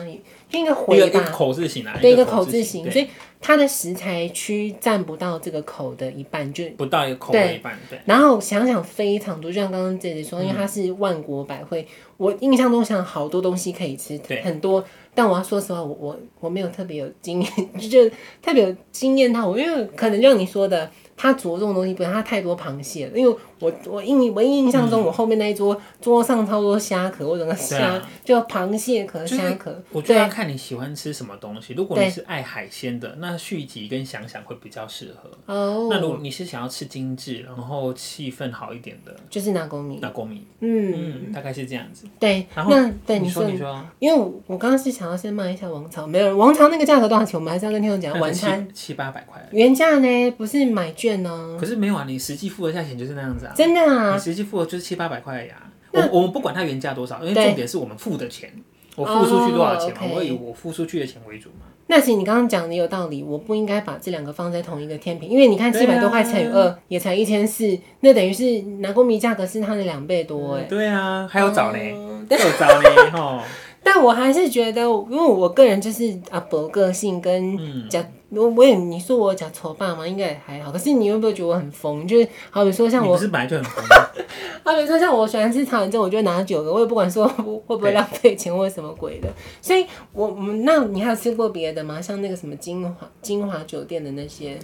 Speaker 1: 就应该
Speaker 2: 一个
Speaker 1: 回
Speaker 2: 一个
Speaker 1: 吧，
Speaker 2: 口字形啊，
Speaker 1: 对，一个
Speaker 2: 口
Speaker 1: 口字形，
Speaker 2: 对
Speaker 1: 所以它的食材区占不到这个口的一半，就
Speaker 2: 不到一个口的一半，对，
Speaker 1: 然后想想非常多，就像刚刚姐姐说，因为它是万国百汇，我印象中想好多东西可以吃
Speaker 2: 对，
Speaker 1: 很多。但我要说实话，我我我没有特别有经验，就特别有惊艳到我，因为可能就像你说的，它着重的东西不一样，它太多螃蟹了。因为我我印我印象中，我后面那一桌、桌上超多虾壳，我整个
Speaker 2: 对
Speaker 1: 虾、
Speaker 2: 啊
Speaker 1: 就螃蟹壳、
Speaker 2: 就是
Speaker 1: 虾壳，
Speaker 2: 我觉得
Speaker 1: 对
Speaker 2: 要看你喜欢吃什么东西。如果你是爱海鲜的，那续集跟想想会比较适合。那如
Speaker 1: 哦，
Speaker 2: 果你是想要吃精致，然后气氛好一点的，
Speaker 1: 就是拿公米，
Speaker 2: 那公米，
Speaker 1: 嗯，
Speaker 2: 嗯，大概是这样子。
Speaker 1: 对。
Speaker 2: 然后
Speaker 1: 那对
Speaker 2: 你
Speaker 1: 说
Speaker 2: 你说，
Speaker 1: 因为我我刚刚是想要先卖一下王朝，没有王朝那个价格多少钱？我们还是要跟听众讲
Speaker 2: 那
Speaker 1: 呃晚
Speaker 2: 个七
Speaker 1: 餐
Speaker 2: 七八百块，啊
Speaker 1: 原价呢，不是买券呢、
Speaker 2: 可是没有啊，你实际付的价钱就是那样子啊。
Speaker 1: 真的啊
Speaker 2: 你，实际付的就是七八百块呀、我我们不管它原价多少，因为
Speaker 1: 对
Speaker 2: 重点是我们付的钱，我付出去多少钱嘛
Speaker 1: 哦，OK
Speaker 2: 我以我付出去的钱为主嘛。
Speaker 1: 那其实你刚刚讲的有道理，我不应该把这两个放在同一个天平，因为你看七百多块乘以
Speaker 2: 对啊
Speaker 1: 二、也才一千四，那等于是南宫米价格是它的两倍多哎、
Speaker 2: 对啊，还有找呢，
Speaker 1: 嗯
Speaker 2: 还有找呢， 吼，
Speaker 1: 但我还是觉得，因为我个人就是阿伯个性
Speaker 2: 嗯
Speaker 1: 跟讲，我、我也你说我讲丑爸嘛，应该也还好。可是你会不会觉得我很疯？就是好比说像
Speaker 2: 你
Speaker 1: 我
Speaker 2: 不是本来就很疯吗？
Speaker 1: 好比说，像我喜欢吃肠粉蒸，我就拿九个，我也不管说会不会浪费钱或者什么鬼的。所以我，我们那你还有吃过别的吗？像那个什么金华金华酒店的那些，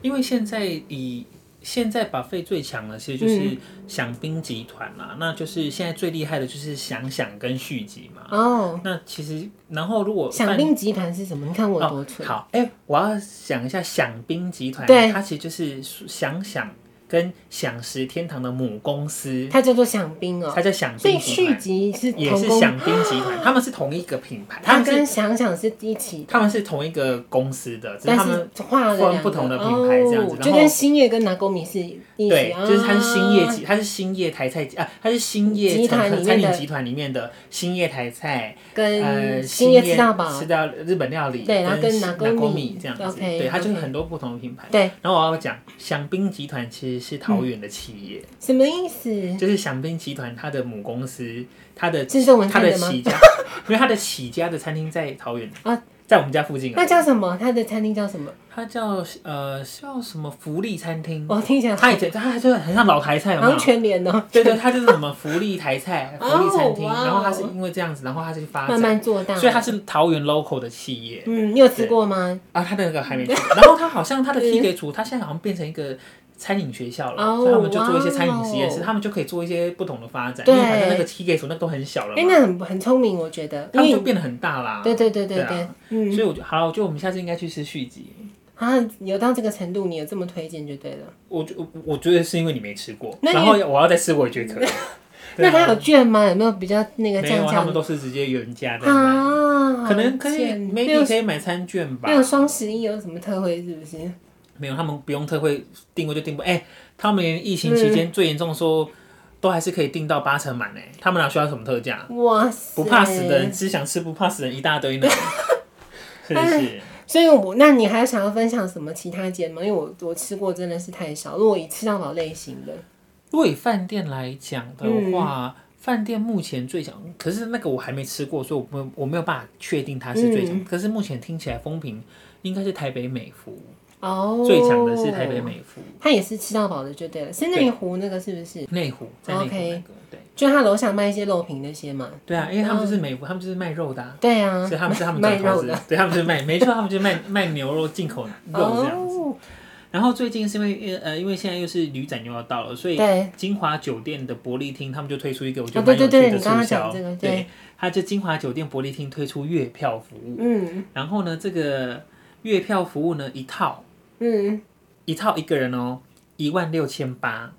Speaker 2: 因为现在以现在把费最强的其
Speaker 1: 嗯
Speaker 2: 实就是享宾集团啦，那就是现在最厉害的就是想想跟续集嘛。
Speaker 1: 哦，
Speaker 2: 那其实，然后如果
Speaker 1: 享
Speaker 2: 饭
Speaker 1: 宾集团是什么？你看我有多
Speaker 2: 哦，
Speaker 1: 蠢。
Speaker 2: 好，哎、我要想一下享宾集团，
Speaker 1: 对
Speaker 2: 它其实就是想想跟享食天堂的母公司，
Speaker 1: 它叫做享宾哦，
Speaker 2: 它叫享
Speaker 1: 所以
Speaker 2: 宾集
Speaker 1: 续
Speaker 2: 团，
Speaker 1: 集是
Speaker 2: 也
Speaker 1: 同
Speaker 2: 是
Speaker 1: 工，
Speaker 2: 享宾集团，他们是同一个品牌，他
Speaker 1: 它
Speaker 2: 们是
Speaker 1: 跟想想是一起，
Speaker 2: 他们是同一个公司的，只是
Speaker 1: 但
Speaker 2: 他们
Speaker 1: 是画了两
Speaker 2: 分
Speaker 1: 个
Speaker 2: 不同的品牌这样子
Speaker 1: 哦
Speaker 2: 然后
Speaker 1: 就跟兴业跟拿公米是一起
Speaker 2: 对，
Speaker 1: 啊，
Speaker 2: 就是它是兴业集，它是兴业台菜集啊，它是兴业
Speaker 1: 集团
Speaker 2: 餐
Speaker 1: 里面
Speaker 2: 餐饮
Speaker 1: 的
Speaker 2: 集团里面的兴业台菜，呃，
Speaker 1: 跟兴业吃到饱
Speaker 2: 吃，到日本料理，
Speaker 1: 对然后跟
Speaker 2: 拿
Speaker 1: Nagomi
Speaker 2: 米这样子，
Speaker 1: OK，
Speaker 2: 对，它就是
Speaker 1: OK
Speaker 2: 很多不同的品牌。
Speaker 1: 对，
Speaker 2: 然后我要讲，享宾集团其实是桃园的企业，
Speaker 1: 什么意思？
Speaker 2: 就是享宾集团它的母公司，它的
Speaker 1: 是中文
Speaker 2: 它
Speaker 1: 看
Speaker 2: 的
Speaker 1: 的吗？
Speaker 2: 起家，因为它的起家的餐厅在桃园
Speaker 1: 啊，
Speaker 2: 在我们家附近
Speaker 1: 那
Speaker 2: 啊，
Speaker 1: 叫什么？它的餐厅叫什么？
Speaker 2: 它叫呃叫什么福利餐厅，
Speaker 1: 我听起来
Speaker 2: 它以前它就是很像老台菜，有
Speaker 1: 哦
Speaker 2: 没
Speaker 1: 好
Speaker 2: 有
Speaker 1: 像？全联哦，
Speaker 2: 啊对对，它就是什么福利台 菜、福利餐厅，
Speaker 1: 哦哇哦
Speaker 2: 然后它是因为这样子，然后它就去发
Speaker 1: 慢
Speaker 2: 展，
Speaker 1: 慢做大。
Speaker 2: 啊所以它是桃园 local 的企业。
Speaker 1: 嗯，你有吃过吗？
Speaker 2: 啊，他那个还没去。 然后他好像他的 PK 组，他现在好像变成一个餐饮学校了，
Speaker 1: 哦
Speaker 2: 所以他们就做一些餐饮实验室，
Speaker 1: 哇哦
Speaker 2: 他们就可以做一些不同的发展。因
Speaker 1: 对
Speaker 2: 为反正那个 PK 组那都很小了
Speaker 1: 哎，
Speaker 2: 嘛，
Speaker 1: 那很很聪明，我觉得，
Speaker 2: 他
Speaker 1: 因
Speaker 2: 们就
Speaker 1: 为
Speaker 2: 变得很大啦。
Speaker 1: 对对对
Speaker 2: 对
Speaker 1: 对对
Speaker 2: 啊，
Speaker 1: 嗯，
Speaker 2: 所以我就好，我觉得我们下次应该去吃续集。
Speaker 1: 啊，有到这个程度，你有这么推荐就对了。
Speaker 2: 我觉我我觉得是因为你没吃过，
Speaker 1: 那你
Speaker 2: 然后我要再吃，我也觉得可以。
Speaker 1: 那
Speaker 2: 对啊
Speaker 1: 还有券吗？有没有比较那个
Speaker 2: 没有
Speaker 1: 降
Speaker 2: 啊，
Speaker 1: 价
Speaker 2: 他们都是直接原价在买，
Speaker 1: 啊？
Speaker 2: 可能可以
Speaker 1: 贱
Speaker 2: ，maybe
Speaker 1: 六
Speaker 2: 可以买餐券吧
Speaker 1: 那。个双十一有什么特惠？是不是？
Speaker 2: 没有，他们不用特惠订过就订过。哎、他们连疫情
Speaker 1: 嗯
Speaker 2: 期间最严重的时候，都还是可以订到八成满呢、他们哪需要什么特价？
Speaker 1: 哇塞！
Speaker 2: 不怕死的人吃想吃，不怕死的人一大 堆呢，是不是？
Speaker 1: 所以我，那你还想要分享什么其他间吗？因为我我吃过真的是太少，如果以吃到饱类型的，
Speaker 2: 如果以饭店来讲的
Speaker 1: 嗯
Speaker 2: 话，饭、店目前最强，可是那个我还没吃过，所以我没有我没有办法确定它是最
Speaker 1: 嗯
Speaker 2: 强、可是目前听起来风评应该是台北美孚、
Speaker 1: 哦，
Speaker 2: 最强的是台北，美孚
Speaker 1: 它也是吃到饱的就对了，是内湖那个是不是？
Speaker 2: 内湖，在内湖
Speaker 1: 哦 OK
Speaker 2: 那个对
Speaker 1: 就它楼下卖一些肉品那些嘛，
Speaker 2: 对啊，因为他们就是美孚，他们就是卖肉的、啊。
Speaker 1: 对啊，
Speaker 2: 所以他们是他
Speaker 1: 嗯
Speaker 2: 们
Speaker 1: 卖
Speaker 2: 转头
Speaker 1: 肉
Speaker 2: 是
Speaker 1: 的，
Speaker 2: 对，他们就是卖，没错，他们就是卖卖牛肉进口肉这样子。
Speaker 1: 哦，
Speaker 2: 然后最近是因为呃，因为现在又是旅展又要到了，所以
Speaker 1: 对
Speaker 2: 金华酒店的伯利厅他们就推出一个我觉得
Speaker 1: 啊对
Speaker 2: 蛮
Speaker 1: 对
Speaker 2: 有
Speaker 1: 对
Speaker 2: 趣的
Speaker 1: 你刚
Speaker 2: 促
Speaker 1: 刚讲
Speaker 2: 销
Speaker 1: 这个，对
Speaker 2: 对，它就金华酒店伯利厅推出月票服务，
Speaker 1: 嗯
Speaker 2: 然后呢，这个月票服务呢一套
Speaker 1: 嗯，
Speaker 2: 一套一个人哦一万六千八，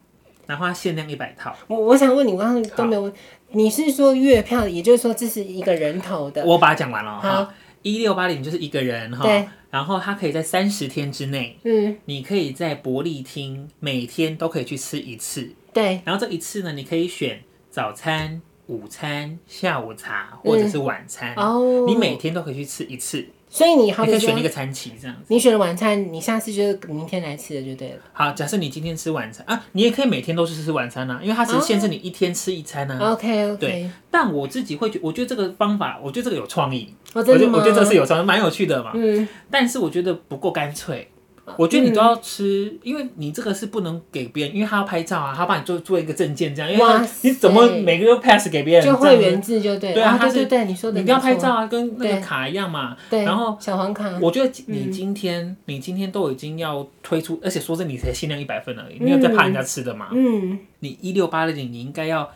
Speaker 2: 然后它限量一百套。
Speaker 1: 我我想问你，我刚刚都没有问，你是说月票，也就是说这是一个人头的，
Speaker 2: 我把它讲完了
Speaker 1: 好
Speaker 2: 哈，一六八零就是一个人
Speaker 1: 对
Speaker 2: 哈，然后它可以在三十天之内，
Speaker 1: 嗯，
Speaker 2: 你可以在伯利厅每天都可以去吃一次，
Speaker 1: 对，
Speaker 2: 然后这一次呢，你可以选早餐、午餐、下午茶或者是晚餐，
Speaker 1: 哦，
Speaker 2: 嗯你每，天都可以去吃一次，
Speaker 1: 所以你好
Speaker 2: 你可
Speaker 1: 比
Speaker 2: 以选一
Speaker 1: 说
Speaker 2: 个餐期这样。
Speaker 1: 你选了晚餐，你下次就是明天来吃的就对了。
Speaker 2: 好，假设你今天吃晚餐啊，你也可以每天都去吃晚餐啊，因为它只是
Speaker 1: 哦
Speaker 2: 限制你一天吃一餐啊。
Speaker 1: OK OK，
Speaker 2: 对但我自己会觉，我觉得这个方法，我觉得这个有创意，
Speaker 1: 我
Speaker 2: 我觉
Speaker 1: 哦真的
Speaker 2: 得
Speaker 1: 吗？
Speaker 2: 我觉得这个是有创意，蛮有趣的嘛。
Speaker 1: 嗯，啊
Speaker 2: 但是我觉得不够干脆。我觉得你都要吃，
Speaker 1: 嗯
Speaker 2: 因为你这个是不能给别人，因为他要拍照啊，他帮你做做一个证件这样，因为
Speaker 1: 哇
Speaker 2: 他
Speaker 1: 塞
Speaker 2: 你怎么每个都 pass 给别人，
Speaker 1: 就
Speaker 2: 这样
Speaker 1: 会
Speaker 2: 子
Speaker 1: 员制就对了。
Speaker 2: 对啊
Speaker 1: 对
Speaker 2: 它是
Speaker 1: 对对，你说的没
Speaker 2: 你一定要拍
Speaker 1: 错
Speaker 2: 照啊，跟那
Speaker 1: 对
Speaker 2: 个卡一样嘛。
Speaker 1: 对，
Speaker 2: 然后
Speaker 1: 小黄卡，
Speaker 2: 我觉得
Speaker 1: 嗯
Speaker 2: 你今天、你今天都已经要推出，而且说真的，你才限量一百份而已，你有在怕人家吃的嘛？
Speaker 1: 嗯，
Speaker 2: 你一六八零，你应该要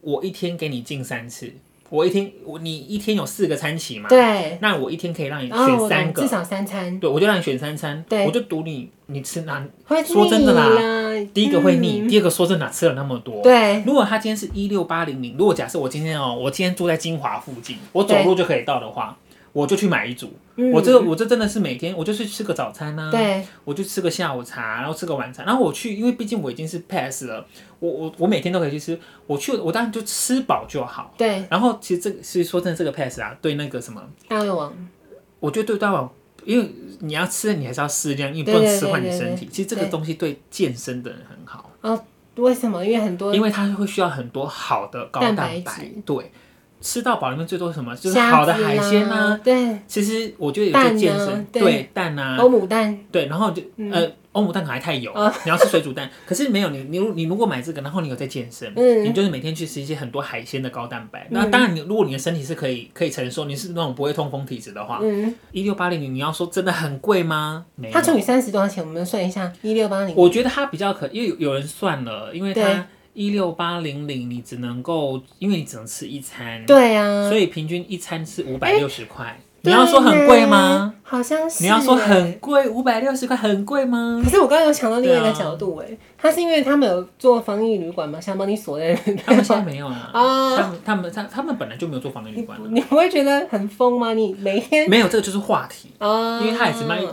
Speaker 2: 我一天给你进三次，我一天我你一天有四个餐期嘛？
Speaker 1: 对，
Speaker 2: 那我一天可以让你
Speaker 1: 然后
Speaker 2: 选
Speaker 1: 我
Speaker 2: 三
Speaker 1: 懂
Speaker 2: 个，
Speaker 1: 至少三餐
Speaker 2: 对我就让你选三餐，
Speaker 1: 对
Speaker 2: 我就赌你你吃哪，
Speaker 1: 会
Speaker 2: 说真的啦
Speaker 1: 腻啦，
Speaker 2: 第一个会腻，
Speaker 1: 嗯
Speaker 2: 第二个说真的哪吃了那么多。
Speaker 1: 对，
Speaker 2: 如果他今天是一六八零零，如果假设我今天哦，我今天住在金华附近，我走路就可以到的话，我就去买一组。
Speaker 1: 嗯
Speaker 2: 我这我这真的是每天，我就去吃个早餐呐、啊，
Speaker 1: 对，
Speaker 2: 我就吃个下午茶，然后吃个晚餐，然后我去，因为毕竟我已经是 pass 了，我我我每天都可以去吃，我去我当然就吃饱就好。
Speaker 1: 对，
Speaker 2: 然后其实这个其实说真的，这个 pass 啊，对那个什么，
Speaker 1: 大胃王，
Speaker 2: 我觉得对大碗，因为你要吃，你还是要适量，因为
Speaker 1: 对
Speaker 2: 不能
Speaker 1: 对
Speaker 2: 吃
Speaker 1: 对
Speaker 2: 坏你
Speaker 1: 对
Speaker 2: 身体。其实这个
Speaker 1: 对
Speaker 2: 东西对健身的人很好，
Speaker 1: 为什么？因为很多
Speaker 2: 因为它会需要很多好的高蛋
Speaker 1: 蛋白
Speaker 2: 白
Speaker 1: 质，
Speaker 2: 对，吃到饱里面最多是什么？就是
Speaker 1: 虾
Speaker 2: 好的
Speaker 1: 子
Speaker 2: 海鲜
Speaker 1: 啦
Speaker 2: 啊。
Speaker 1: 对，
Speaker 2: 其实我觉得有
Speaker 1: 蛋
Speaker 2: 些健
Speaker 1: 啊
Speaker 2: 身，
Speaker 1: 对
Speaker 2: 对蛋啊，
Speaker 1: 欧姆蛋，
Speaker 2: 对，然后就、
Speaker 1: 嗯
Speaker 2: 呃，欧姆蛋可能还太油，
Speaker 1: 啊
Speaker 2: 你要吃水煮蛋。可是没有你，你如你如果买这个，然后你有在健身，
Speaker 1: 嗯
Speaker 2: 你就是每天去吃一些很多海鲜的高蛋白。那
Speaker 1: 嗯
Speaker 2: 当然你，如果你的身体是可以可以承受，你是那种不会痛风体质的话，
Speaker 1: 嗯，
Speaker 2: 一六八零零，你要说真的很贵吗？啊没
Speaker 1: 它除以
Speaker 2: 有，
Speaker 1: 三十多少钱？我们算一下，一六八零，
Speaker 2: 我觉得它比较可，因为有有人算了，因为
Speaker 1: 对
Speaker 2: 它一六八零零，你只能够，因为你只能吃一餐，，
Speaker 1: 对啊，
Speaker 2: 所以平均一餐是五百六十块。你要说很贵
Speaker 1: 对呢？
Speaker 2: 吗？
Speaker 1: 好像是，啊
Speaker 2: 你要说很贵，五百六十块很贵吗
Speaker 1: 可？是我刚刚有想到另外一个
Speaker 2: 对啊
Speaker 1: 角度、哎、他是因为他们有做防疫旅馆嘛，想把你锁在那
Speaker 2: 他们现在
Speaker 1: 边。
Speaker 2: 没有 了
Speaker 1: 啊
Speaker 2: 他们他们他他们本来就没有做防疫旅馆了，啊
Speaker 1: 你不会觉得很疯吗？你每天
Speaker 2: 没有这个就是话题。
Speaker 1: 啊，
Speaker 2: 因为他也只卖一
Speaker 1: 对对
Speaker 2: 一百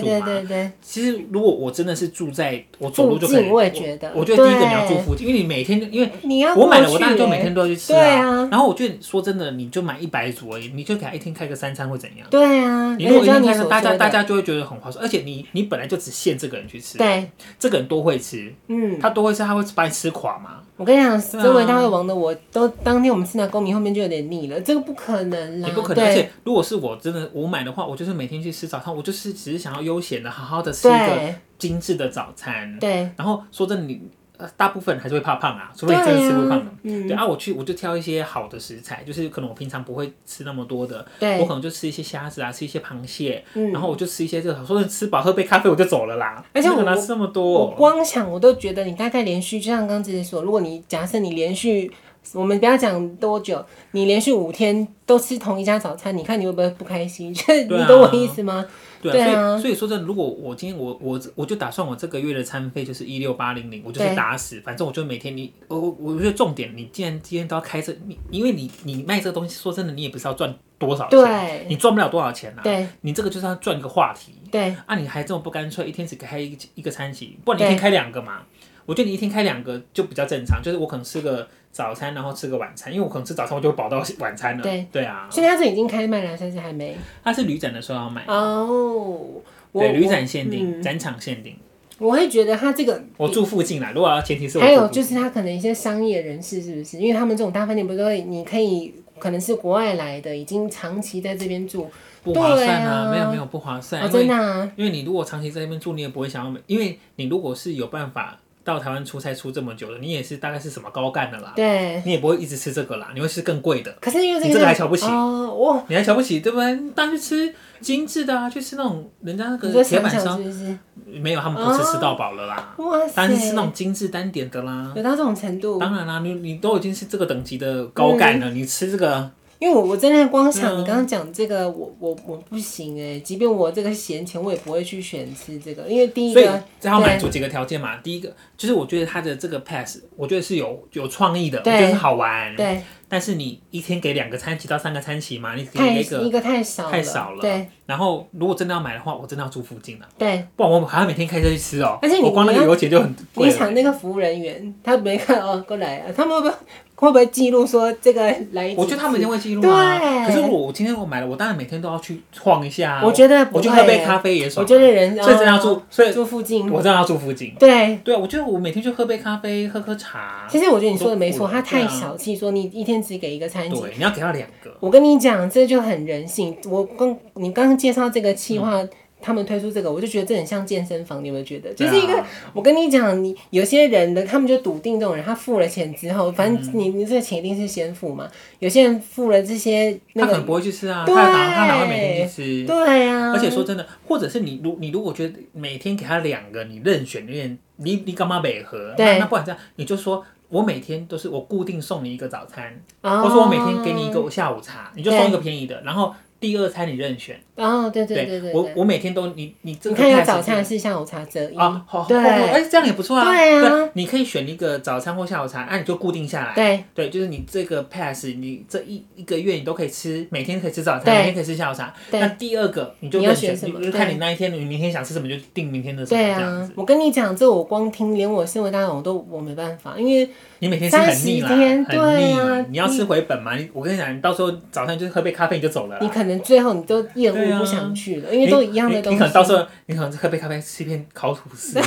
Speaker 2: 组
Speaker 1: 对
Speaker 2: 嘛
Speaker 1: 对对，
Speaker 2: 其实如果我真的是住在我走路就
Speaker 1: 附
Speaker 2: 可以，
Speaker 1: 近我也觉得
Speaker 2: 我觉得第一个
Speaker 1: 对
Speaker 2: 你要住附近，因为你每天因为
Speaker 1: 你要
Speaker 2: 我买了，
Speaker 1: 过
Speaker 2: 我当然
Speaker 1: 去
Speaker 2: 就
Speaker 1: 哎
Speaker 2: 每天都要去吃
Speaker 1: 对啊
Speaker 2: 然后我觉得说真的，你就买一百组而已，你就给他一天开个三餐会怎样？
Speaker 1: 对啊，
Speaker 2: 你如果
Speaker 1: 而
Speaker 2: 一
Speaker 1: 且就像
Speaker 2: 天开
Speaker 1: 你所
Speaker 2: 三，
Speaker 1: 说
Speaker 2: 大家
Speaker 1: 的
Speaker 2: 大家就会觉得很划算，而且你你本来就只限这个人去吃，
Speaker 1: 对，
Speaker 2: 这个人多会吃，
Speaker 1: 嗯，
Speaker 2: 他多会吃，他会把你吃垮嘛？
Speaker 1: 我跟你讲，
Speaker 2: 啊
Speaker 1: 身为大胃王的我，都当天我们吃那公米后面就有点腻了，这个不可能啦，
Speaker 2: 也不可
Speaker 1: 嗯
Speaker 2: 能。而
Speaker 1: 对
Speaker 2: 且如果是我真的我买的话，我就是每天去吃早餐，我就是只是想要悠闲的好好的吃一个
Speaker 1: 对
Speaker 2: 精致的早餐。
Speaker 1: 对
Speaker 2: 然后说真的，你呃大部分人还是会怕胖啊，除非你真的吃不胖的。对
Speaker 1: 嗯
Speaker 2: 啊，我去我就挑一些好的食材，就是可能我平常不会吃那么多的，我
Speaker 1: 对
Speaker 2: 可，能就吃一些虾子啊，吃一些螃蟹，
Speaker 1: 嗯
Speaker 2: 然后我就吃一些这个，说是吃饱喝杯咖啡我就走了啦。
Speaker 1: 而且
Speaker 2: 哪
Speaker 1: 我
Speaker 2: 能吃那么
Speaker 1: 我
Speaker 2: 多？
Speaker 1: 光想我都觉得你大概连续，就像刚刚姐姐说，如果你假设你连续我们不要讲多久，你连续五天都吃同一家早餐，你看你会不会不开心？ 就是
Speaker 2: 对啊
Speaker 1: 你懂我意思吗？
Speaker 2: 对
Speaker 1: 对啊
Speaker 2: 啊，所以所以说真的，如果我今天我我我就打算我这个月的餐费就是一六八零零，我就是
Speaker 1: 对
Speaker 2: 打死，反正我就每天你我我我觉得重点，你既然今天都要开这，你因为你你卖这个东西，说真的，你也不是要赚多少钱，
Speaker 1: 对
Speaker 2: 你赚不了多少钱啊，
Speaker 1: 对
Speaker 2: 你这个就是要赚个话题
Speaker 1: 对
Speaker 2: 啊，你还这么不干脆，一天只开一一个餐席，不然你一
Speaker 1: 对
Speaker 2: 天开两个嘛。我觉得你一天开两个就比较正常，就是我可能吃个早餐，然后吃个晚餐，因为我可能吃早餐我就会饱到晚餐了。
Speaker 1: 对
Speaker 2: 对啊，
Speaker 1: 所以他这已经开卖了，但是还没
Speaker 2: 它是旅展的时候要买，
Speaker 1: 哦。我嗯
Speaker 2: 对，旅
Speaker 1: 我
Speaker 2: 展限定、展场限定。
Speaker 1: 我会觉得他这个
Speaker 2: 我住附近啦，如果要前提是我
Speaker 1: 还有
Speaker 2: 住附
Speaker 1: 就是他可能一些商业人士是不是？因为他们这种大饭店不是都会，你可以可能是国外来的，已经长期在这边住，
Speaker 2: 不划算
Speaker 1: 对啊
Speaker 2: 没有没有不划算，
Speaker 1: 哦，
Speaker 2: 因为
Speaker 1: 真的啊，
Speaker 2: 因为你如果长期在那边住，你也不会想要买，因为你如果是有办法到台湾出差出这么久的，你也是大概是什么高干的啦，
Speaker 1: 对。
Speaker 2: 你也不会一直吃这个啦，你会吃更贵的，
Speaker 1: 可是因为这
Speaker 2: 你
Speaker 1: 个
Speaker 2: 这个还瞧不起
Speaker 1: 哦，哇，
Speaker 2: 你还瞧不起对不对？当然去吃精致的啊，去吃那种人家那
Speaker 1: 你
Speaker 2: 个
Speaker 1: 说
Speaker 2: 铁
Speaker 1: 想
Speaker 2: 板
Speaker 1: 想
Speaker 2: 烧，
Speaker 1: 是不是？
Speaker 2: 没有他们不吃吃到饱了啦，
Speaker 1: 哇塞，
Speaker 2: 当然是吃那种精致单点的啦。
Speaker 1: 有到这种程度，
Speaker 2: 当然啦，你你都已经是这个等级的高干了，你吃这个
Speaker 1: 因为我我真的光
Speaker 2: 对啊
Speaker 1: 想你刚刚讲这个，我我我不行哎、即便我这个闲钱，我也不会去选吃这个，因为第一
Speaker 2: 所以
Speaker 1: 个
Speaker 2: 这要满足几个条件嘛。第一个就是我觉得他的这个 pass，我觉得是有有创意的，我
Speaker 1: 对
Speaker 2: 觉得是好玩。
Speaker 1: 对
Speaker 2: 但是你一天给两个餐旗到三个餐旗嘛，你给
Speaker 1: 太
Speaker 2: 一
Speaker 1: 一
Speaker 2: 个，
Speaker 1: 个太少了，
Speaker 2: 太少了
Speaker 1: 对
Speaker 2: 然后如果真的要买的话，我真的要住附近了，
Speaker 1: 对。
Speaker 2: 不然我还要每天开车去吃哦。
Speaker 1: 而且你
Speaker 2: 我光那个
Speaker 1: 你要
Speaker 2: 油钱就很贵
Speaker 1: 你想
Speaker 2: 了。
Speaker 1: 那个服务人员，他没看哦，过来啊，他们会不会会不会记录说哎这个来？
Speaker 2: 我觉得他们一定，会记录啊。
Speaker 1: 对
Speaker 2: 可是我我今天我买了，我当然每天都要去晃一下啊。
Speaker 1: 我觉得不
Speaker 2: 我
Speaker 1: 会
Speaker 2: 去喝杯
Speaker 1: 欸
Speaker 2: 咖啡也爽
Speaker 1: 我。觉得人
Speaker 2: 所以真的要住
Speaker 1: 哦，
Speaker 2: 所以
Speaker 1: 住附近，
Speaker 2: 我真的要住附近。
Speaker 1: 对。
Speaker 2: 对啊，我觉得我每天去喝杯咖啡，喝喝茶。
Speaker 1: 其实我觉得你说的没错，
Speaker 2: 都
Speaker 1: 他太
Speaker 2: 对啊
Speaker 1: 小气，说你一天只给一个餐巾。
Speaker 2: 对，你要给他两个。
Speaker 1: 我跟你讲，这就很人性。我刚你刚刚介绍这个计划，他们推出这个，我就觉得这很像健身房，你有没有觉得？就
Speaker 2: 嗯对啊
Speaker 1: 是一个，我跟你讲，你有些人的他们就笃定这种人，他付了钱之后，反正你你这个钱一定是先付嘛。有些人付了这些那
Speaker 2: 他可
Speaker 1: 个
Speaker 2: 能，不会去吃啊，他
Speaker 1: 对
Speaker 2: 哪他哪会每天去吃？
Speaker 1: 对啊，
Speaker 2: 而且说真的，或者是你如你如果觉得每天给他两个，你任选任你你干嘛北河？
Speaker 1: 对
Speaker 2: 那那不然这样，你就说我每天都是我固定送你一个早餐，
Speaker 1: 哦，
Speaker 2: 或者说我每天给你一个下午茶，你就送一个便宜的，然后第二餐你任选。
Speaker 1: 哦，对对对对
Speaker 2: 我
Speaker 1: 对，
Speaker 2: 我每天都你你这
Speaker 1: 你
Speaker 2: 个
Speaker 1: 看有
Speaker 2: pass
Speaker 1: 早餐
Speaker 2: 就
Speaker 1: 还是下午茶择一
Speaker 2: 啊，好，
Speaker 1: 对
Speaker 2: 哎，这样也不错啊。
Speaker 1: 对啊
Speaker 2: 你可以选一个早餐或下午茶，啊那你就固定下来。
Speaker 1: 对
Speaker 2: 对，就是你这个 pass，你这一一个月你都可以吃，每天可以吃早餐，
Speaker 1: 对
Speaker 2: 每天可以吃下午茶。
Speaker 1: 对
Speaker 2: 那第二个你就
Speaker 1: 你要
Speaker 2: 任
Speaker 1: 选什
Speaker 2: 你
Speaker 1: 么
Speaker 2: 就看
Speaker 1: 对
Speaker 2: 你那一天，你明天想吃什么就订明天的什么
Speaker 1: 对
Speaker 2: 这样
Speaker 1: 啊
Speaker 2: 子。！
Speaker 1: 我跟你讲，这我光听，连我身为大人我都我没办法，因为
Speaker 2: 你每天吃很腻啦，
Speaker 1: 30天
Speaker 2: 很腻。
Speaker 1: 对啊
Speaker 2: 你要吃回本嘛？你我跟你讲，你到时候早上就是喝杯咖啡你就走了啦。
Speaker 1: 你可能最后你都厌
Speaker 2: 对啊
Speaker 1: 恶不想去了，因为都一样的东
Speaker 2: 你
Speaker 1: 西。
Speaker 2: 你可能到时候你可能喝杯咖啡吃一片烤吐 司，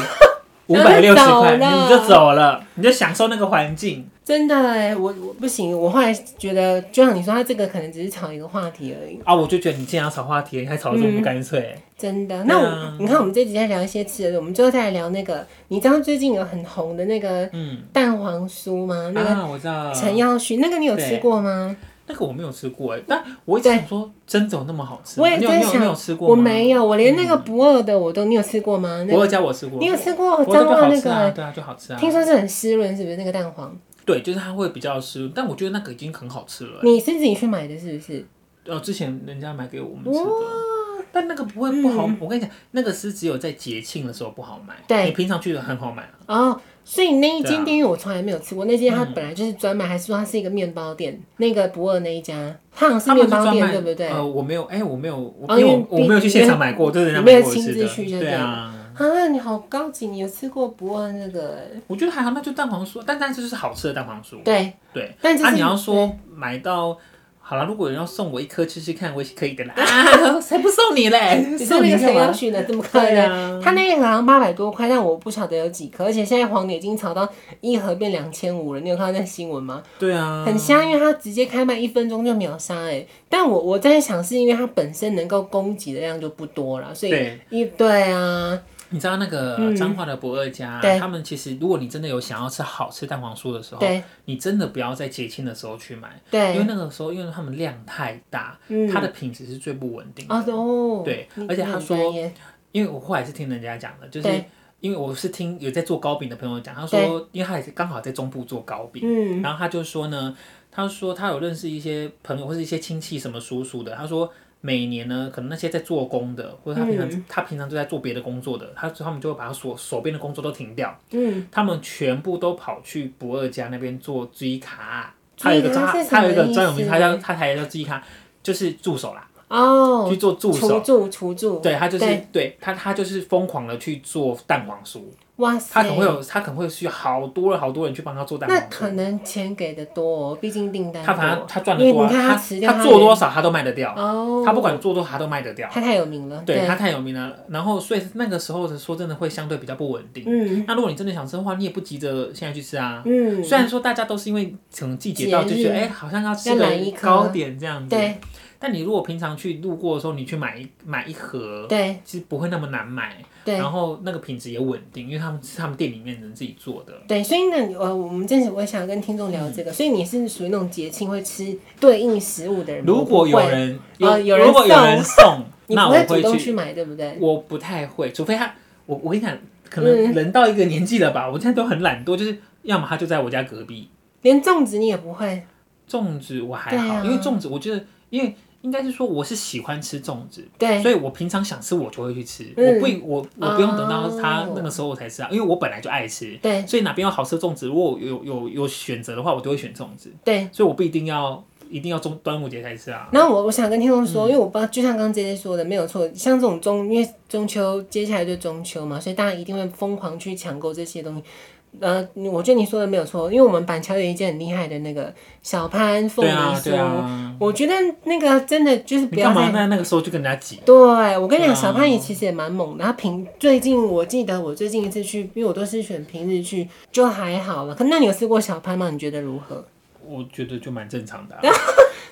Speaker 2: 五百六十块
Speaker 1: 然后
Speaker 2: 你
Speaker 1: 就走了
Speaker 2: 就走了，你就享受那个环境。
Speaker 1: 真的哎，我我不行，我后来觉得，就像你说，他这个可能只是炒一个话题而已，
Speaker 2: 啊，我就觉得你既然要炒话题，你还炒得这么不干脆，
Speaker 1: 真的。
Speaker 2: 对啊
Speaker 1: 那我、你看，我们这集在聊一些吃的，我们最后再来聊那个，你知道最近有很红的那个
Speaker 2: 嗯，
Speaker 1: 蛋黄酥吗？那个
Speaker 2: 啊，我知道，
Speaker 1: 陈耀旭，那个你有吃过吗？
Speaker 2: 那个我没有吃过哎，但我一直
Speaker 1: 对
Speaker 2: 想说，真的有那么好吃吗？
Speaker 1: 我也
Speaker 2: 你有
Speaker 1: 在
Speaker 2: 你有
Speaker 1: 想
Speaker 2: 你有吃过吗？嗯
Speaker 1: 我没有，我连那个不二的我都，你有吃过吗？那
Speaker 2: 我有
Speaker 1: 个
Speaker 2: 家我吃过，
Speaker 1: 你有吃过
Speaker 2: 我这
Speaker 1: 彰
Speaker 2: 就
Speaker 1: 化
Speaker 2: 好
Speaker 1: 那
Speaker 2: 吃啊，
Speaker 1: 个？
Speaker 2: 对啊，就好吃啊。
Speaker 1: 听说是很湿润，是不是那个蛋黄？
Speaker 2: 对，就是它会比较湿，但我觉得那个已经很好吃了。
Speaker 1: 你是自己去买的，是不是？
Speaker 2: 呃，之前人家买给我们吃的，但那个不会不好。我跟你讲，那个是只有在节庆的时候不好买，
Speaker 1: 嗯对
Speaker 2: 你平常去的很好买啊。
Speaker 1: 哦，所以那一
Speaker 2: 对啊嗯
Speaker 1: 间店因为我从来没有吃过，那间它本来就是专卖，还是说它是一个面包店？那个不二那一家，它好像是
Speaker 2: 他们
Speaker 1: 面
Speaker 2: 是
Speaker 1: 包
Speaker 2: 专
Speaker 1: 店，
Speaker 2: 卖
Speaker 1: 对不对？
Speaker 2: 呃，我没有，哎，我没有，我
Speaker 1: 哦
Speaker 2: 因为
Speaker 1: 因为
Speaker 2: 我我没有去
Speaker 1: 毕
Speaker 2: 现场买过，就是人家
Speaker 1: 你没有
Speaker 2: 买给我
Speaker 1: 亲
Speaker 2: 吃
Speaker 1: 自
Speaker 2: 的，
Speaker 1: 去就对
Speaker 2: 对啊。
Speaker 1: 啊，你好高级，你有吃过不二那个、欸？
Speaker 2: 我觉得还好，那就蛋黄酥，但但这就是好吃的蛋黄酥。
Speaker 1: 对，
Speaker 2: 对，
Speaker 1: 但就是
Speaker 2: 啊，你要说买到好了，如果有人要送我一颗吃吃看，我也是可以的啦。啊，才不送你嘞，
Speaker 1: 只是
Speaker 2: 送
Speaker 1: 那
Speaker 2: 你
Speaker 1: 个
Speaker 2: 干
Speaker 1: 谁要
Speaker 2: 嘛？
Speaker 1: 去呢？怎么可
Speaker 2: 对
Speaker 1: 能？
Speaker 2: 啊，
Speaker 1: 它那一盒好像八百多块，但我不晓得有几颗，而且现在黄牛已经炒到一盒变两千五了。你有看到那新闻吗？
Speaker 2: 对啊，
Speaker 1: 很香，因为它直接开卖一分钟就秒杀哎、欸但我我在想，是因为它本身能够供给的量就不多了，所以
Speaker 2: 对，
Speaker 1: 一对啊，
Speaker 2: 你知道那个
Speaker 1: 嗯
Speaker 2: 彰化的不二家，啊
Speaker 1: 对
Speaker 2: 他们其实如果你真的有想要吃好吃蛋黄酥的时候，
Speaker 1: 对
Speaker 2: 你真的不要在节庆的时候去买，因为
Speaker 1: 对，
Speaker 2: 那个时候因为他们量太大，
Speaker 1: 嗯
Speaker 2: 它的品质是最不稳定的。
Speaker 1: 哦哦，
Speaker 2: 对
Speaker 1: 你
Speaker 2: 而且他
Speaker 1: 你很
Speaker 2: 说
Speaker 1: 专业
Speaker 2: 因为我后来是听人家讲的，就是
Speaker 1: 对
Speaker 2: 因为我是听有在做糕饼的朋友讲，他
Speaker 1: 对
Speaker 2: 说，因为他也是刚好在中部做糕饼，
Speaker 1: 嗯，
Speaker 2: 然后他就说呢，他说他有认识一些朋友或是一些亲戚什么叔叔的，他说每年呢，可能那些在做工的，或者他平常、
Speaker 1: 嗯
Speaker 2: 他平常就在做别的工作的，他他们就会把他所手边的工作都停掉，
Speaker 1: 嗯，
Speaker 2: 他们全部都跑去不二家那边做追卡，他有一个
Speaker 1: 追卡是
Speaker 2: 专
Speaker 1: 什么
Speaker 2: 他有一个专有
Speaker 1: 意
Speaker 2: 名
Speaker 1: 思
Speaker 2: 词，他叫他台叫追卡，就是助手啦，
Speaker 1: 哦
Speaker 2: 去，做助
Speaker 1: 除
Speaker 2: 手。
Speaker 1: 住除住，
Speaker 2: 对他就是
Speaker 1: 对
Speaker 2: 对他他就是疯狂的去做蛋黄酥，
Speaker 1: 哇塞，
Speaker 2: 他可能会有他可能会需要好多人好多人去帮他做蛋黄
Speaker 1: 那
Speaker 2: 酥。
Speaker 1: 可能钱给的多、哦，毕竟订单
Speaker 2: 他反正
Speaker 1: 多
Speaker 2: 他赚的多、
Speaker 1: 因为
Speaker 2: 啊，
Speaker 1: 你看他
Speaker 2: 他
Speaker 1: 辞掉他
Speaker 2: 做
Speaker 1: 原
Speaker 2: 多少他都卖得掉，
Speaker 1: 哦，
Speaker 2: 他不管做多少他都卖得掉。
Speaker 1: 他太有名了，
Speaker 2: 对
Speaker 1: 对
Speaker 2: 他太有名了，然后所以那个时候的说真的会相对比较不稳定。
Speaker 1: 嗯
Speaker 2: 那如果你真的想吃的话，你也不急着现在去吃啊。
Speaker 1: 嗯，
Speaker 2: 虽然说大家都是因为可能季节到就觉得
Speaker 1: 节日
Speaker 2: 哎、好像要吃
Speaker 1: 要
Speaker 2: 个
Speaker 1: 买一颗
Speaker 2: 糕点这样子，
Speaker 1: 对
Speaker 2: 但你如果平常去路过的时候，你去买一买一盒，
Speaker 1: 对
Speaker 2: 其实不会那么难买，
Speaker 1: 对
Speaker 2: 然后那个品质也稳定，因为他们是他们店里面人自己做的。
Speaker 1: 对，所以呢，你呃，我们这次我想跟听众聊这
Speaker 2: 嗯
Speaker 1: 个，所以你是属于那种节庆会吃对应食物的人吗，
Speaker 2: 如果有
Speaker 1: 不会
Speaker 2: 人
Speaker 1: 哦有人
Speaker 2: 如果有人送，
Speaker 1: 你
Speaker 2: 那
Speaker 1: 不
Speaker 2: 我
Speaker 1: 会主动
Speaker 2: 去
Speaker 1: 去买，对不对？
Speaker 2: 我不太会，除非他，我我跟你讲，可
Speaker 1: 嗯
Speaker 2: 能人到一个年纪了吧，我现在都很懒惰，就是要么他就在我家隔壁。
Speaker 1: 连粽子你也不会，
Speaker 2: 粽子我还好，
Speaker 1: 对啊
Speaker 2: 因为粽子我觉得，因为应该是说我是喜欢吃粽子，
Speaker 1: 对，
Speaker 2: 所以我平常想吃我就会去吃，
Speaker 1: 嗯
Speaker 2: 我不我我不用等到他
Speaker 1: 哦
Speaker 2: 那个时候我才吃啊，因为我本来就爱吃，
Speaker 1: 对
Speaker 2: 所以哪边有好吃的粽子，如果有有有选择的话，我就会选粽子，
Speaker 1: 对。
Speaker 2: 所以我不一定要一定要中端午节才吃啊。
Speaker 1: 然后我我想跟听众
Speaker 2: 嗯
Speaker 1: 说，因为我不知道，就像刚刚 J J 说的，没有错。像这种中，因为中秋接下来就中秋嘛，所以大家一定会疯狂去抢购这些东西。呃，我觉得你说的没有错，因为我们板桥有一件很厉害的那个小潘凤
Speaker 2: 对
Speaker 1: 梨
Speaker 2: 啊，
Speaker 1: 酥，
Speaker 2: 对啊，
Speaker 1: 我觉得那个真的就是不
Speaker 2: 你
Speaker 1: 要
Speaker 2: 干嘛
Speaker 1: 再
Speaker 2: 在那个时候就跟人家挤？
Speaker 1: 对，我跟你讲，
Speaker 2: 对啊
Speaker 1: 小潘也其实也蛮猛的。他平最近我记得我最近一次去，因为我都是选平日去，就还好了。可那你有试过小潘吗？你觉得如何？
Speaker 2: 我觉得就蛮正常的啊、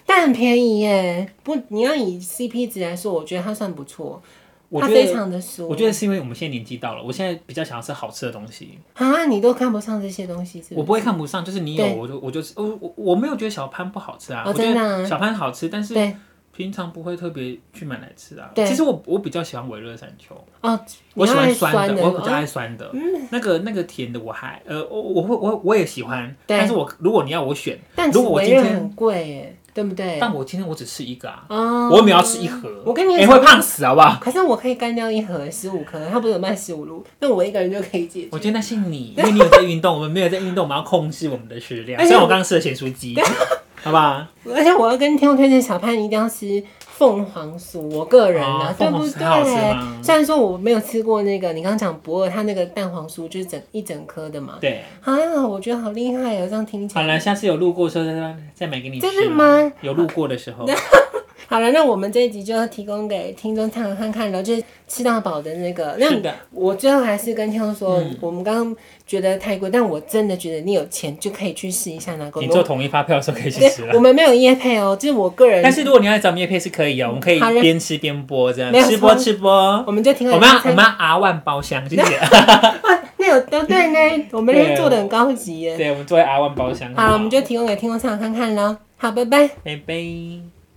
Speaker 1: 但很便宜耶，不，你要以 CP 值来说，我觉得它算不错，
Speaker 2: 我
Speaker 1: 它
Speaker 2: 觉
Speaker 1: 非
Speaker 2: 得，
Speaker 1: 常的酥。
Speaker 2: 我觉得是因为我们现在年纪到了，我现在比较想要吃好吃的东西，
Speaker 1: 啊，你都看不上这些东西是不
Speaker 2: 我
Speaker 1: 是？
Speaker 2: 不会看不上，就是你有
Speaker 1: 对
Speaker 2: 我就我就吃，我我我没有觉得小潘不好吃啊，
Speaker 1: 哦
Speaker 2: 我觉
Speaker 1: 真的啊
Speaker 2: 得小潘好吃，但是
Speaker 1: 对
Speaker 2: 平常不会特别去买来吃啊。
Speaker 1: 对
Speaker 2: 其实我我比较喜欢微热山丘，
Speaker 1: 哦，
Speaker 2: 我喜欢
Speaker 1: 你要爱
Speaker 2: 酸
Speaker 1: 酸
Speaker 2: 的，
Speaker 1: 的嗯
Speaker 2: 我比较爱酸的，那个那个甜的我还呃我我会我我也喜欢，
Speaker 1: 对
Speaker 2: 但是我如果你要我选，
Speaker 1: 但
Speaker 2: 如果我
Speaker 1: 微
Speaker 2: 今
Speaker 1: 热
Speaker 2: 天
Speaker 1: 很贵耶，对不对？
Speaker 2: 但我今天我只吃一个啊，
Speaker 1: 哦
Speaker 2: 我又没有要吃一盒，
Speaker 1: 我跟你
Speaker 2: 哎会胖死好不好？
Speaker 1: 可是我可以干掉一盒十五颗，它不是有卖十五路，那我一个人就可以解决。
Speaker 2: 我觉得那是你，因为你有在运动，我们没有在运动，我们要控制我们的食量。
Speaker 1: 而且
Speaker 2: 虽然我刚刚吃了咸酥鸡，好不好？
Speaker 1: 而且我要跟听众推荐，小潘一定要吃凤凰酥。我个人啊，
Speaker 2: 哦
Speaker 1: 对
Speaker 2: 凤
Speaker 1: 不
Speaker 2: 凰酥
Speaker 1: 对
Speaker 2: 它好吃吗？
Speaker 1: 虽然说我没有吃过那个，你刚刚讲博尔，它那个蛋黄酥就是整一整颗的嘛。
Speaker 2: 对，
Speaker 1: 啊，我觉得好厉害哦，这样听起
Speaker 2: 好
Speaker 1: 来。
Speaker 2: 了，下次有路过的时候再再买给你吃。
Speaker 1: 真的吗？
Speaker 2: 有路过的时候，
Speaker 1: 好了，那我们这一集就提供给听众看看看了，就是吃到饱的那个。那
Speaker 2: 是的嗯
Speaker 1: 我最后还是跟听众说，我们刚刚觉得太贵，但我真的觉得你有钱就可以去试一下那个。
Speaker 2: 你做统一发票的时候可以去
Speaker 1: 对
Speaker 2: 吃，
Speaker 1: 我
Speaker 2: 了。
Speaker 1: 们没有业配哦，就是我个人，
Speaker 2: 但是如果你要来找我们叶配是可以啊，我们可以
Speaker 1: 好的
Speaker 2: 边吃边播这样
Speaker 1: 没有，
Speaker 2: 吃
Speaker 1: 错
Speaker 2: 播吃播。
Speaker 1: 我们就停了。
Speaker 2: 我们要我们要 R 万包厢， 谢谢。
Speaker 1: 啊那有都对呢，我们那天做的很高级耶。
Speaker 2: 对，我们作为 R 万包厢。
Speaker 1: 好了，
Speaker 2: 不
Speaker 1: 我们就提供给听众参考看看喽。好，拜拜。
Speaker 2: 拜拜。